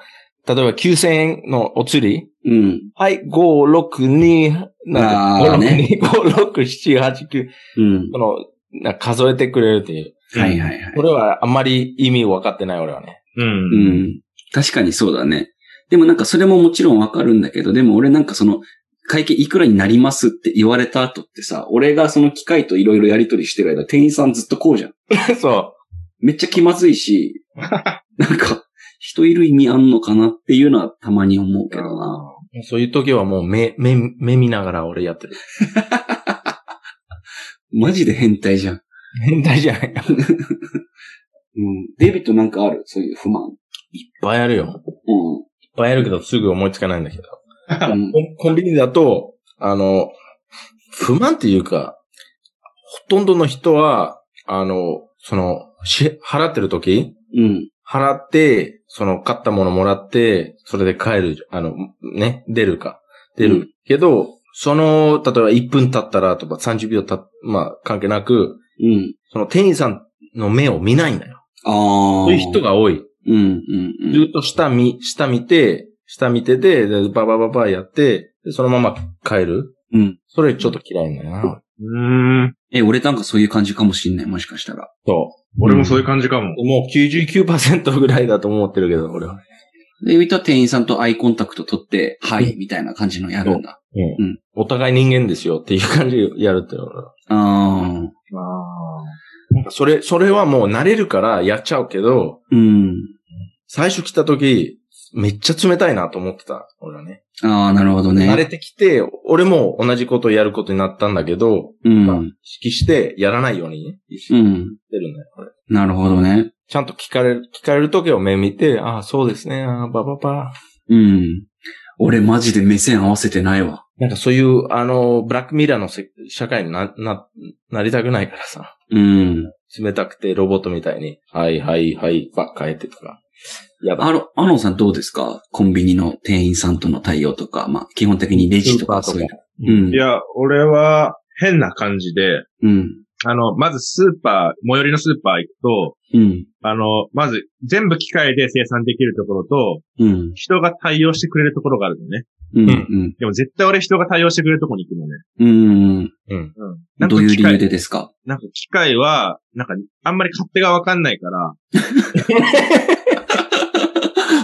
S2: 例えば9000円のお釣り
S3: うん。
S2: はい、5、6、2、なん
S3: あ
S2: か、5、
S3: ーね
S2: 6、2、5、6、7、8、9、
S3: うん。
S2: その、なんか数えてくれるっていう。
S1: うん
S3: はいはいはい。
S2: これはあんまり意味分かってない俺はね。
S1: う。
S3: うんん。確かにそうだね。でもなんかそれももちろんわかるんだけど、でも俺なんかその、会計いくらになりますって言われた後ってさ、俺がその機械といろいろやり取りしてる間、店員さんずっとこうじゃん。
S2: そ
S3: めっちゃ気まずいし、 なんか、人いる意味あんのかなっていうのはたまに思うけどな。
S2: う。そういう時はもう目、目、目見ながら俺やってる。
S3: マジで変態じゃん。
S2: 変態じ ゃない。いっ
S3: うん。デビットなんかあるそういう不満。
S2: ぱいあるよ。
S3: うん。
S2: いっぱいあるけど、すぐ思いつかないんだけど。
S3: うん
S2: コンコンビニだと、あの、不満っていうか、ほとんどの人は、あの、その、し、払ってる時
S3: うん。
S2: 払って、その、買ったものもらって、それで帰る、あの、ね、出るか。出る。
S3: うん
S2: けど、その、例えば1分経ったらとか30秒たっ、まあ、関係なく、
S3: うん。
S2: その店員さんの目を見ないんだよ。
S3: ああ。
S2: そういう人。が多い。
S3: うん、うん、う
S2: ず
S3: ん。
S2: っと下見、下見て、下見てで、でババババやって、でそのまま帰る。
S3: うん。
S2: それちょっと嫌いなんだよな。
S1: うん。
S3: え、俺なんかそういう感じかもしんない。もしかしたら。
S2: そ
S1: 俺もそういう感じかも。
S2: う。もう99%ぐらいだと思ってるけど、俺は。
S3: で、ウィタは店員さんとアイコンタクト取って、はい、みたいな感じのやるんだ。
S2: うん
S3: うん
S2: お互い人間ですよっていう感じでやるって俺は
S3: ああ。
S1: ああ。
S2: なんかそれ、それはもう慣れるからやっちゃうけど、
S3: うん。
S2: 最初来た時、めっちゃ冷たいなと思ってた。俺はね。
S3: ああ、なるほどね。
S2: 慣れてきて、俺も同じことをやることになったんだけど、
S3: うん。
S2: まあ意識してやらないようにね。意識
S3: う
S2: し
S3: ん。
S2: てるんだよ、俺
S3: なるほどね。
S2: ちゃんと聞かれる、聞かれる時を目見て、ああ、そうですね、ああ、ばばば。
S3: うん。俺マジで目線合わせてないわ。
S2: なんかそういう、あの、ブラックミラーのせ社会にな、な、なりたくないからさ。
S3: うん。
S2: 冷たくてロボットみたいに、はいはいはい、ばっかえってとか。やだ。
S3: あの、あのさんどうですかコンビニの店員さんとの対応とか、まあ、基本的にレジとか
S2: スー
S3: そう
S2: パ
S3: い
S2: ー
S3: う
S2: と。
S3: うん。
S1: いや、俺は変な感じで、
S3: うん。
S1: あの、まずスーパー、最寄りのスーパー行くと、
S3: うん。
S1: あの、まず全部機械で生産できるところと、
S3: うん。
S1: 人が対応してくれるところがあるのね。
S3: うん。うん
S1: でも絶対俺人が対応してくれるところに行くのね。
S3: うん。
S2: うん。
S1: なんか
S3: どういう
S1: 機
S3: 理由
S1: 械、
S3: でですか
S1: なんか機械は、なんかあんまり勝手がわかんないから、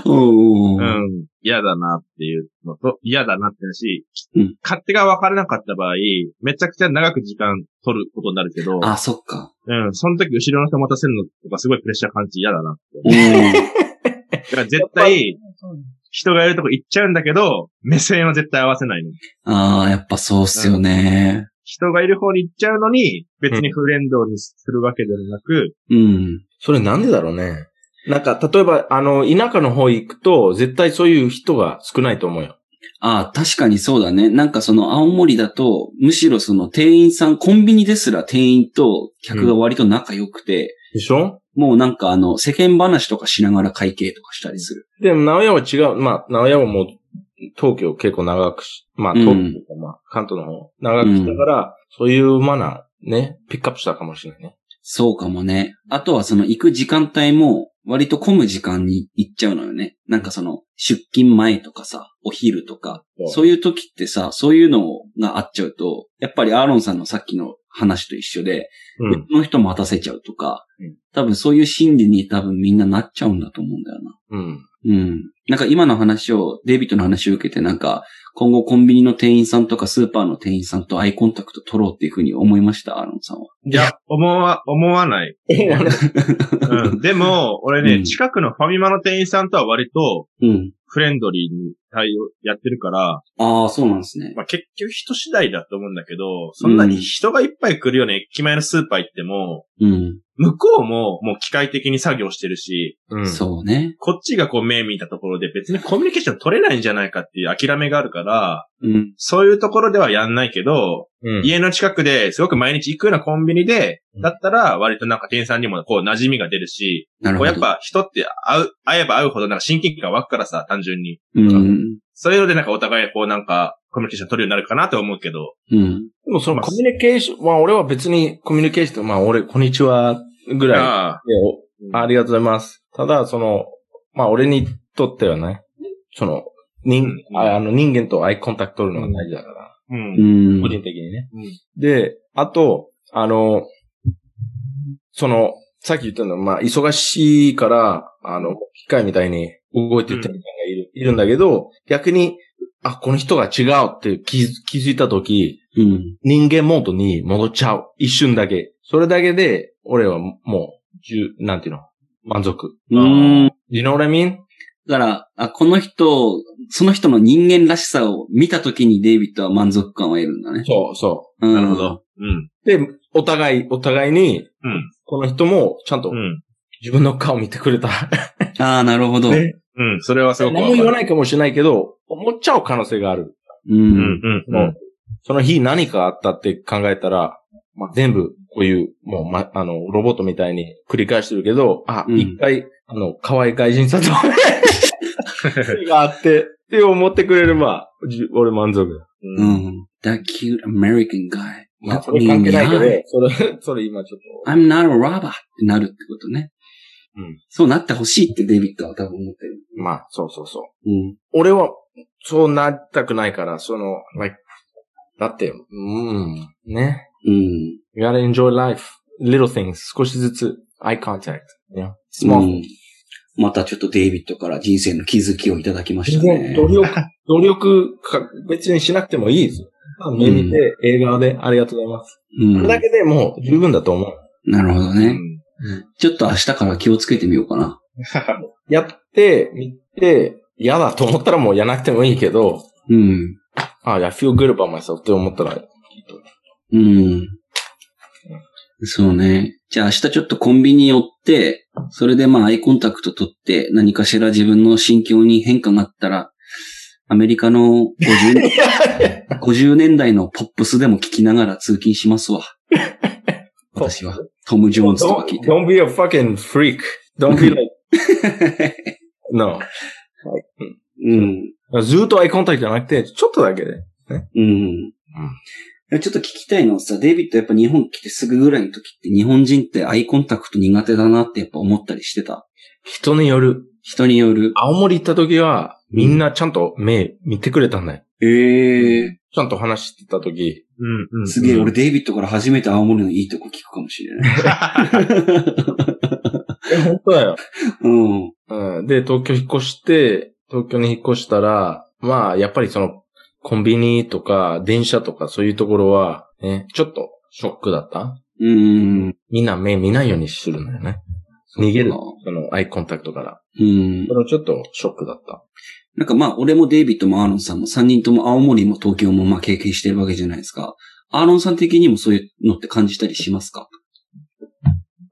S3: おう
S1: うん、嫌だなっていうのと、嫌だなってなるし、
S3: うん
S1: 勝手がわからなかった場合、めちゃくちゃ長く時間取ることになるけど、
S3: あ、そっか。
S1: うん、その時後ろの人待たせるのとかすごいプレッシャー感じて嫌だなって。
S3: うん。
S1: だから絶対、人がいるとこ行っちゃうんだけど、目線は絶対合わせないの。
S3: ああ、やっぱそうっすよね。
S1: 人がいる方に行っちゃうのに、別にフレンドにするわけでもなく、
S3: うん。
S2: それなんでだろうね。なんか、例えば、あの、田舎の方行くと、絶対そういう人が少ないと思うよ。
S3: ああ、確かにそうだね。なんかその青森だと、むしろその店員さん、コンビニですら店員と客が割と仲良くて、
S2: でしょ
S3: もうなんかあの、世間話とかしながら会計とかしたりする。
S2: でも、名古屋は違う。まあ、名古屋はもう、東京結構長くし、まあ、
S3: うん
S2: 東京とか、まあ、関東の方、長くしたから、そういうマナー、ね、ピックアップしたかもしれないね。
S3: そうかもね。あとはその行く時間帯も、割と混む時間に行っちゃうのよね。なんかその、出勤前とかさ、お昼とか、
S2: そう
S3: そういう時ってさ、そういうのがあっちゃうと、やっぱりアーロンさんのさっきの話と一緒で、
S2: う
S3: 別の人待たせちゃうとか
S2: うん、
S3: 多分そういう心理に多分みんななっちゃうんだと思うんだよな。
S2: うん。
S3: うん。なんか今の話を、デイビットの話を受けてなんか、今後コンビニの店員さんとかスーパーの店員さんとアイコンタクト取ろうっていうふうに思いました、アーロンさんは。
S1: いや、思わ、思わない。 うん、でも、俺ね、
S3: うん
S1: 近くのファミマの店員さんとは割と、
S3: うん。
S1: フレンドリーに対応やってるから、
S3: ああ、そうなんですね。
S1: まあ、結局人次第だと思うんだけど、そんなに人がいっぱい来るような駅前のスーパー行っても、
S3: うん。
S1: 向こうももう機械的に作業してるし、
S2: うん。
S3: そうね。
S1: こっちがこう目見たところで別にコミュニケーション取れないんじゃないかっていう諦めがあるから、
S3: うん。
S1: そういうところではやんないけど、
S2: うん。
S1: 家の近くですごく毎日行くようなコンビニで
S2: うん、
S1: だったら割となんか店員さんにもこう馴染みが出るし、
S3: なる
S1: こ
S3: ほ
S1: う
S3: ど。
S1: やっぱ人って会う、会えば会うほどなんか親近感湧くからさ、単純に。
S3: うん。
S1: そういうのでなんかお互いこうなんかコミュニケーション取るようになるかなと思うけど、
S3: うん。
S2: でもそのコミュニケーション、まあ俺は別にコミュニケーション、まあ俺、こんにちはぐらい
S1: ああ
S2: でおありがとうございます。ただ、その、まあ俺にとってはね、その、人
S1: う、ん
S2: ああの人間とアイコンタクト取るのが大事だから、
S1: う。
S3: うんん
S2: 個。人的にね
S1: うん。
S2: で、あと、あの、その、さっき言ったのは、まあ忙しいから、あの、機械みたいに動いてる人がいる、いるんだけど、逆に、あ、この人が違うって気づ気づいたとき、
S3: うん。
S2: 人間モードに戻っちゃう。一瞬だけ。それだけで、俺はもう、十、なんていうの満足。
S3: うん。
S2: You know what I mean?
S3: だから、あ、この人、その人の人間らしさを見たときにデイビッドは満足感を得るんだね。
S2: そう、そ
S3: うん
S1: なるほ。ど。うん。
S2: う。で、お互い、お互いに、
S1: うん
S2: この人もちゃんと
S1: うん。
S2: 自分の顔見てくれた。
S3: ああ、なるほど。
S2: ね
S1: うん。それはすご
S2: 何
S1: く
S2: も言わ
S1: い。
S2: ないかもしれないけど、思っちゃう可能性がある。
S1: う
S3: う。
S1: んん。うん。
S2: もうその日何かあったって考えたら、まあ、全部こういう、もう、ま、あの、ロボットみたいに繰り返してるけど、あ、
S3: うん
S2: 一、回、あの、可愛い外人さんと癖があって、って思ってくれれば、じ俺満足だ。
S1: う。
S3: うんん。That cute American guy.
S2: まあ、それ関係ないけど、それ、 それ今ちょっ
S3: I'm not a robot ってなるってことね。
S2: うん
S3: そうなってほしいってデビッドは多分思ってる。
S2: と、まあ、そうそうそう。
S3: うん。
S2: 俺は、そうなりたくないから、その、like だって、うん、ね。
S3: うん。
S2: You gotta enjoy life. Little things. 少しずつ。eye contact. Yeah.
S3: う
S2: small.
S3: んまたちょっとデイビッドから人生の気づきをいただきましたね。
S2: 努力、 努力か、別にしなくてもいいです。目見て、映画で、ありがとうございます。
S3: うん
S2: それだけでもう十分だと思う。
S3: なるほど
S1: う
S3: ね。
S1: ん
S3: ちょっと明日から気をつけてみようかな。
S2: やって、見て、嫌だと思ったらもうやらなくてもいいけど、
S3: うん。
S2: あ、I feel good about myself って思ったら、
S3: うん。そうね。じゃあ明日ちょっとコンビニ寄って、それでまあアイコンタクト取って、何かしら自分の心境に変化があったら、アメリカの50年 50年代のポップスでも聞きながら通勤しますわ。私は。トム・ジョーンズとか
S2: don't,
S3: 聞いて。
S2: don't be a fucking freak. Don't be like, no.
S3: うん。
S2: ずっと eye contact じゃなくて、ちょっとだけで。
S3: うん。ちょっと聞きたいのはさ、デイビッドやっぱ日本来てすぐぐらいの時って日本人ってアイコンタクト苦手だなってやっぱ思ったりしてた。
S2: 人による。
S3: 人による。
S2: 青森行った時は、みんなちゃんと目見てくれたんだよ。
S3: ええ
S2: ちゃんと話してた時。
S1: うん。うん。
S3: すげえ、俺デイビッドから初めて青森のいいとこ聞くかもしれない。
S2: え、本当だよ。
S3: うん。
S2: うん。で、東京引っ越して、東京に引っ越したら、まあ、やっぱりその、コンビニとか、電車とか、そういうところは、ね、ちょっと、ショックだった
S3: うん。
S2: みんな目見ないようにするんだよね。逃げる
S3: そ
S2: その、アイコンタクトから。
S3: うかうん
S2: そ。れはちょっと、ショックだった。
S3: なんかまあ、俺もデイビッドもアーロンさんも3人とも青森も東京もまあ経験してるわけじゃないですか。アーロンさん的にもそういうのって感じたりしますか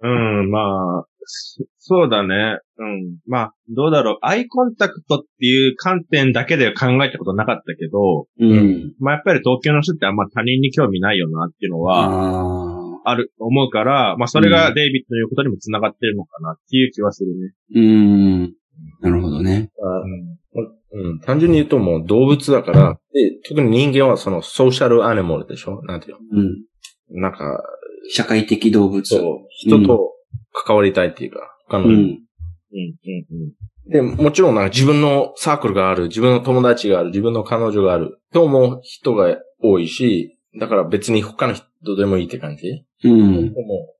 S1: うん、まあ、そそうだね。うん。まあ、どうだろう。アイコンタクトっていう観点だけで考えたことなかったけど、
S3: うん。
S1: まあやっぱり東京の人ってあんま他人に興味ないよなっていうのは、
S3: ああ。
S1: ある、思うから、まあそれがデイビッドの言うことにも繋がってるのかなっていう気はするね。
S3: うん。なるほどね。
S2: うん。単純に言うともう、動物だから、で、特に人間はその、ソーシャルアニマルでしょなんていう
S3: うん。
S2: のなんか、
S3: 社会的動物。
S2: そう、人と関わりたいっていうか、他の
S3: う。ん。
S1: うん、うん、うん。
S2: で、もちろんなんか自分のサークルがある、自分の友達がある、自分の彼女がある、と思う人が多いし、だから別に他の人でもいいって感じ、
S3: うん。
S2: も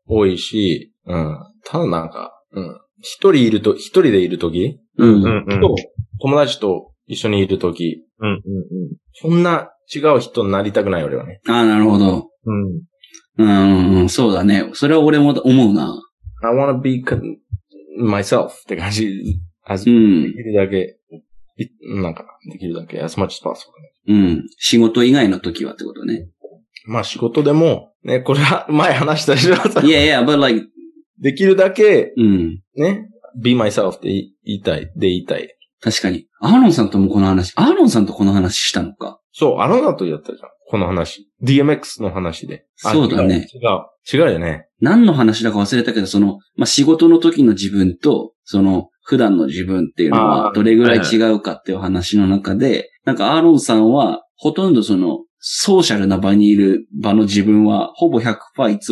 S2: 多いし、うん。ただなんか、うん。一人いると、一人でいるとき、
S3: うん。
S1: う
S3: うんん。、
S1: うん。
S2: と、友達と一緒にいるとき、
S1: うん、うん、
S2: そんな違う人になりたくない俺はね。
S3: ああ、なるほど。
S1: うん。うん。
S3: うんうん。そうだね。それは俺も思うな。
S2: I wanna be con- myself って感じ。as-
S3: う
S2: で
S3: ん。
S2: きるだけ、いなんか、できるだけ、as much as possible.
S3: うん。仕事以外の時はってことね。
S2: まあ仕事でも、ね、これは 前話したし、
S3: いやいや、but like,
S2: できるだけ、
S3: うん。
S2: ね、be myself って言いたい、で言いたい。
S3: 確かに。アーロンさんともこの話、アーロンさんとこの話したのか。
S2: そう、あのだとやったじゃん。この話。DMX の話で。あ
S3: そうだね。
S2: 違う。違う違うよね。
S3: 何の話だか忘れたけど、その、まあ、仕事の時の自分と、その、普段の自分っていうの
S2: あ
S3: は、
S2: ー
S3: どれぐらい違うかっていう話の中で、なんかアーロンさんは、ほとんどその、ソーシャルな場にいる場の自分は、ほぼ100%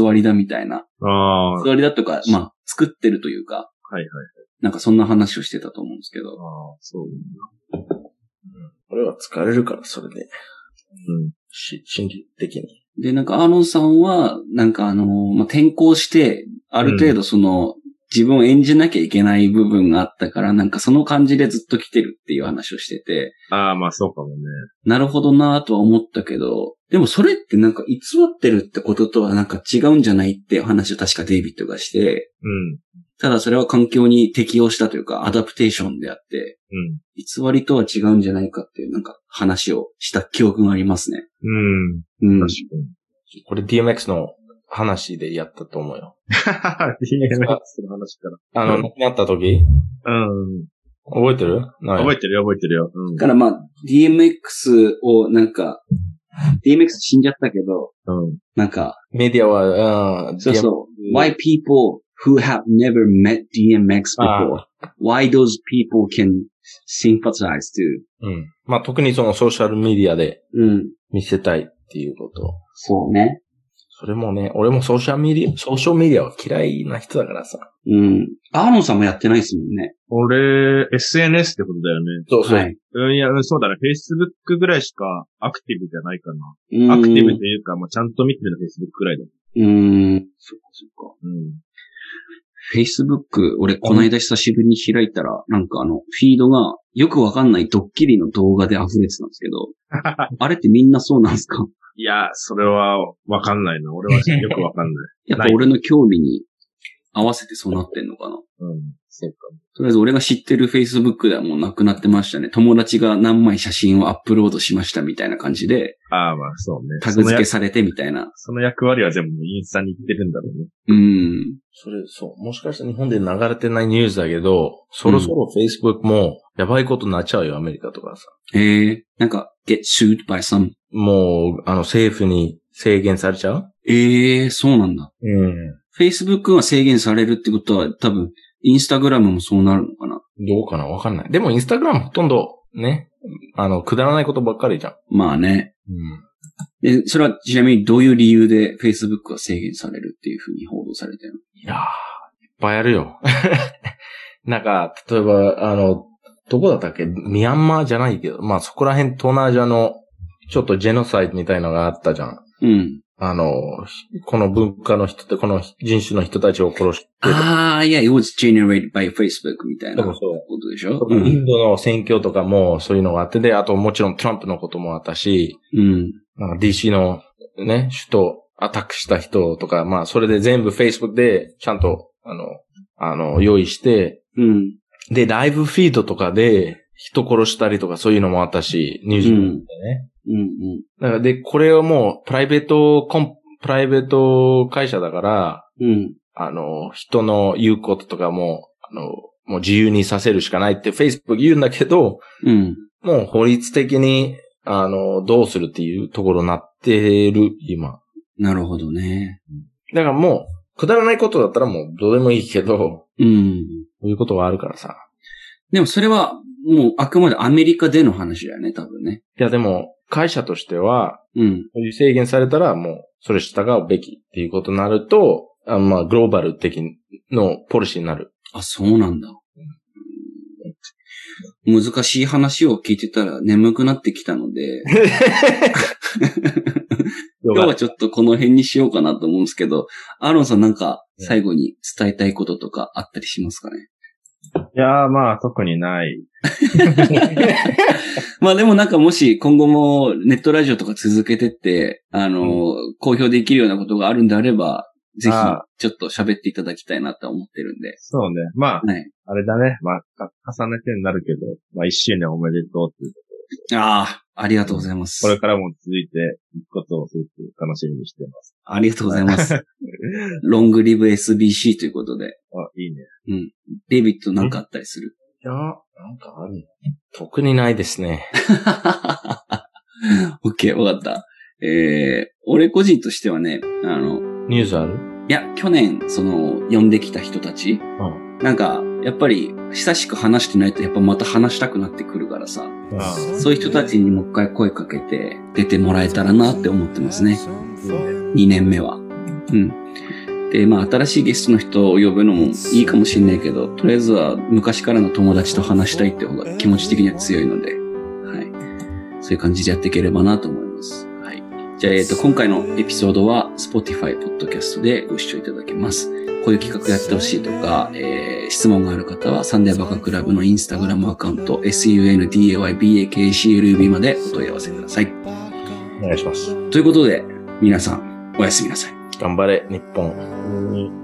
S3: 偽りだみたいな。
S1: ああー、はい
S3: 偽りだとか、まあ、作ってるというか、
S1: はい。
S3: なんかそんな話をしてたと思うんですけ
S1: あ
S3: ど。
S1: あ、そう。
S2: 俺は疲れるから、それで。
S1: うん。
S2: し、心理的に。
S3: で、なんか、アーロンさんは、なんかあのーまあ、転校して、ある程度その、自分を演じなきゃいけない部分があったから、なんかその感じでずっと来てるっていう話をしてて、
S1: ああ、まあそうかもね。
S3: なるほどなぁとは思ったけど、でもそれってなんか偽ってるってこととはなんか違うんじゃないっていう話を確かデイビッドがして、
S1: うん。
S3: ただそれは環境に適応したというか、アダプテーションであって、
S1: うん。
S3: 偽りとは違うんじゃないかっていうなんか話をした記憶がありますね。
S1: うん。
S3: うん
S1: 確。かに。
S2: これ DMX の話でやったと思うよ。
S1: DMX の話か
S2: あの、
S1: うん
S2: 亡くなった時
S1: ら。うん。
S2: 覚えてるな
S1: 覚
S2: い。
S1: えてるよ、覚えてるよ。うん
S3: だからまあ、DMX をなんか、DMX 死んじゃったけど、
S1: うん。
S3: なんか、
S2: メディアは、うん、
S3: そう
S2: DM
S3: そう。Why people who have never met DMX
S2: あ
S3: before, why those people can sympathize to.
S2: うん。まあ、特にそのソーシャルメディアで
S3: うん。
S2: 見せたいっていうこと。
S3: そうね。
S2: それもね、俺もソーシャルメディア、ソーシャルメディアは嫌いな人だからさ。
S3: うん。アーロンさんもやってないですもんね。
S1: 俺、SNS ってことだよね。
S2: そうそう。
S3: はい。
S1: うん、いや、そうだね。Facebook ぐらいしかアクティブじゃないか
S3: うん
S1: な。アクティブというか、もうちゃんと見てるの Facebook ぐらいだ。
S3: うん。そっかそっか。
S1: うん。
S3: Facebook、俺こないだ久しぶりに開いたら、なんかあの、フィードがよくわかんないドッキリの動画で溢れてたんですけど、あれってみんなそうなんですか
S1: いや、それはわかんないな。 俺はよくわかんない。
S3: やっぱ俺の興味に合わせてそうなってんのかな
S1: うん。そうか。
S3: とりあえず俺が知ってる Facebook ではもうなくなってましたね。友達が何枚写真をアップロードしましたみたいな感じで、
S1: ああ、まあそうね。
S3: タ
S1: そ
S3: グ付け
S1: の役
S3: されてみたいな。
S1: その役割は全部インスタに行ってるんだろうね。
S3: うん。
S2: それ、そう。もしかしたら日本で流れてないニュースだけど、そろそろ Facebook もやばいことになっちゃうよ、アメリカとかさ。
S3: へえ。なんか、get sued by some.
S2: もう、あの、政府に制限されちゃう
S3: ええそうなんだ。
S2: うん。
S3: Facebook が制限されるってことは多分、Instagram もそうなるのかな
S2: どうかなわかんない。でも、インスタグラムほとんど、ね、あの、くだらないことばっかりじゃん。
S3: まあね。
S2: うん。
S3: で、それはちなみにどういう理由で Facebook が制限されるっていうふうに報道されてるの
S2: いやー、いっぱいあるよ。 なんか、例えば、あの、どこだったっけミャンマーじゃないけど、まあそこら辺東南アジアの、ちょっとジェノサイドみたいのがあったじゃん。
S3: うん。
S2: あの、ひこの文化の人って、この人種の人たちを殺して、
S3: ああ、いや、it was generated by Facebook みたいな
S2: そ
S3: こ
S2: うそう
S3: とでしょう
S2: イ
S3: ん。
S2: ンドの選挙とかもそういうのがあってで、あともちろんトランプのこともあったし、
S3: うん。
S2: なんか DC のね、首都アタックした人とか、まあそれで全部 Facebook でちゃんと、あの、あの、用意して、
S3: うん。
S2: で、ライブフィードとかで人殺したりとかそういうのもあったし、ニュージーランドでね。
S3: うん。うん。
S2: だからで、これはもうプライベートコン、プライベート会社だから、
S3: うん。
S2: あの、人の言うこととかも、あの、もう自由にさせるしかないって Facebook 言うんだけど、
S3: うん。
S2: もう法律的に、あの、どうするっていうところになってる、今。
S3: なるほどね。
S2: だからもう、くだらないことだったらもうどうでもいいけど、
S3: うん。
S2: こういうことがあるからさ。
S3: でもそれは、もうあくまでアメリカでの話だよね、多分ね。
S2: いやでも、会社としては、
S3: うん。
S2: こういう制限されたらもう、それ従うべきっていうことになると、あまあ、グローバル的のポリシーになる。
S3: あ、そうなんだ。難しい話を聞いてたら眠くなってきたの で、今日はちょっとこの辺にしようかなと思うんですけど、アーロンさんなんか最後に伝えたいこととかあったりしますかね
S1: いやー、まあ特にない。
S3: まあでもなんかもし今後もネットラジオとか続けてって、あの、公表できるようなことがあるんであれば、ぜひ
S1: あ
S3: ちょっと喋っていただきたいなと思ってるんで。
S1: そうね。まあ、
S3: はい。
S1: あれだね。まあ、か重ねてになるけど、まあ一周年おめでとうっていう。
S3: ああ、ありがとうございます。
S1: これからも続いていくことをすごく楽しみにしてます。
S3: ありがとうございます。ロングリブ SBC ということで、
S1: あ、いいね。
S3: デイビットなんかあったりする。
S2: いや、なんかある特にないですね。
S3: オッケー、わかった。えー、俺個人としてはね、あの、
S2: ニュースある
S3: いや、去年、その、呼んできた人たち、
S2: ん
S3: なんか、やっぱり、親しく話してないと、やっぱまた話したくなってくるからさ、
S1: あー
S3: そういう人たちにもう一回声かけて、出てもらえたらなって思ってますね。2年目は。うん。で、まあ、新しいゲストの人を呼ぶのもいいかもしれないけど、とりあえずは昔からの友達と話したいって方が気持ち的には強いので、はい。そういう感じでやっていければなと思います。はい。じゃあ、えっ、と、今回のエピソードは Spotify Podcast でご視聴いただけます。こういう企画やってほしいとか、えー質問がある方は、サンデーバカクラブのインスタグラムアカウント、sundaybakclub までお問い合わせください。
S2: お願いします。
S3: ということで、皆さん、おやすみなさい。
S2: 頑張れ、日本。
S1: うん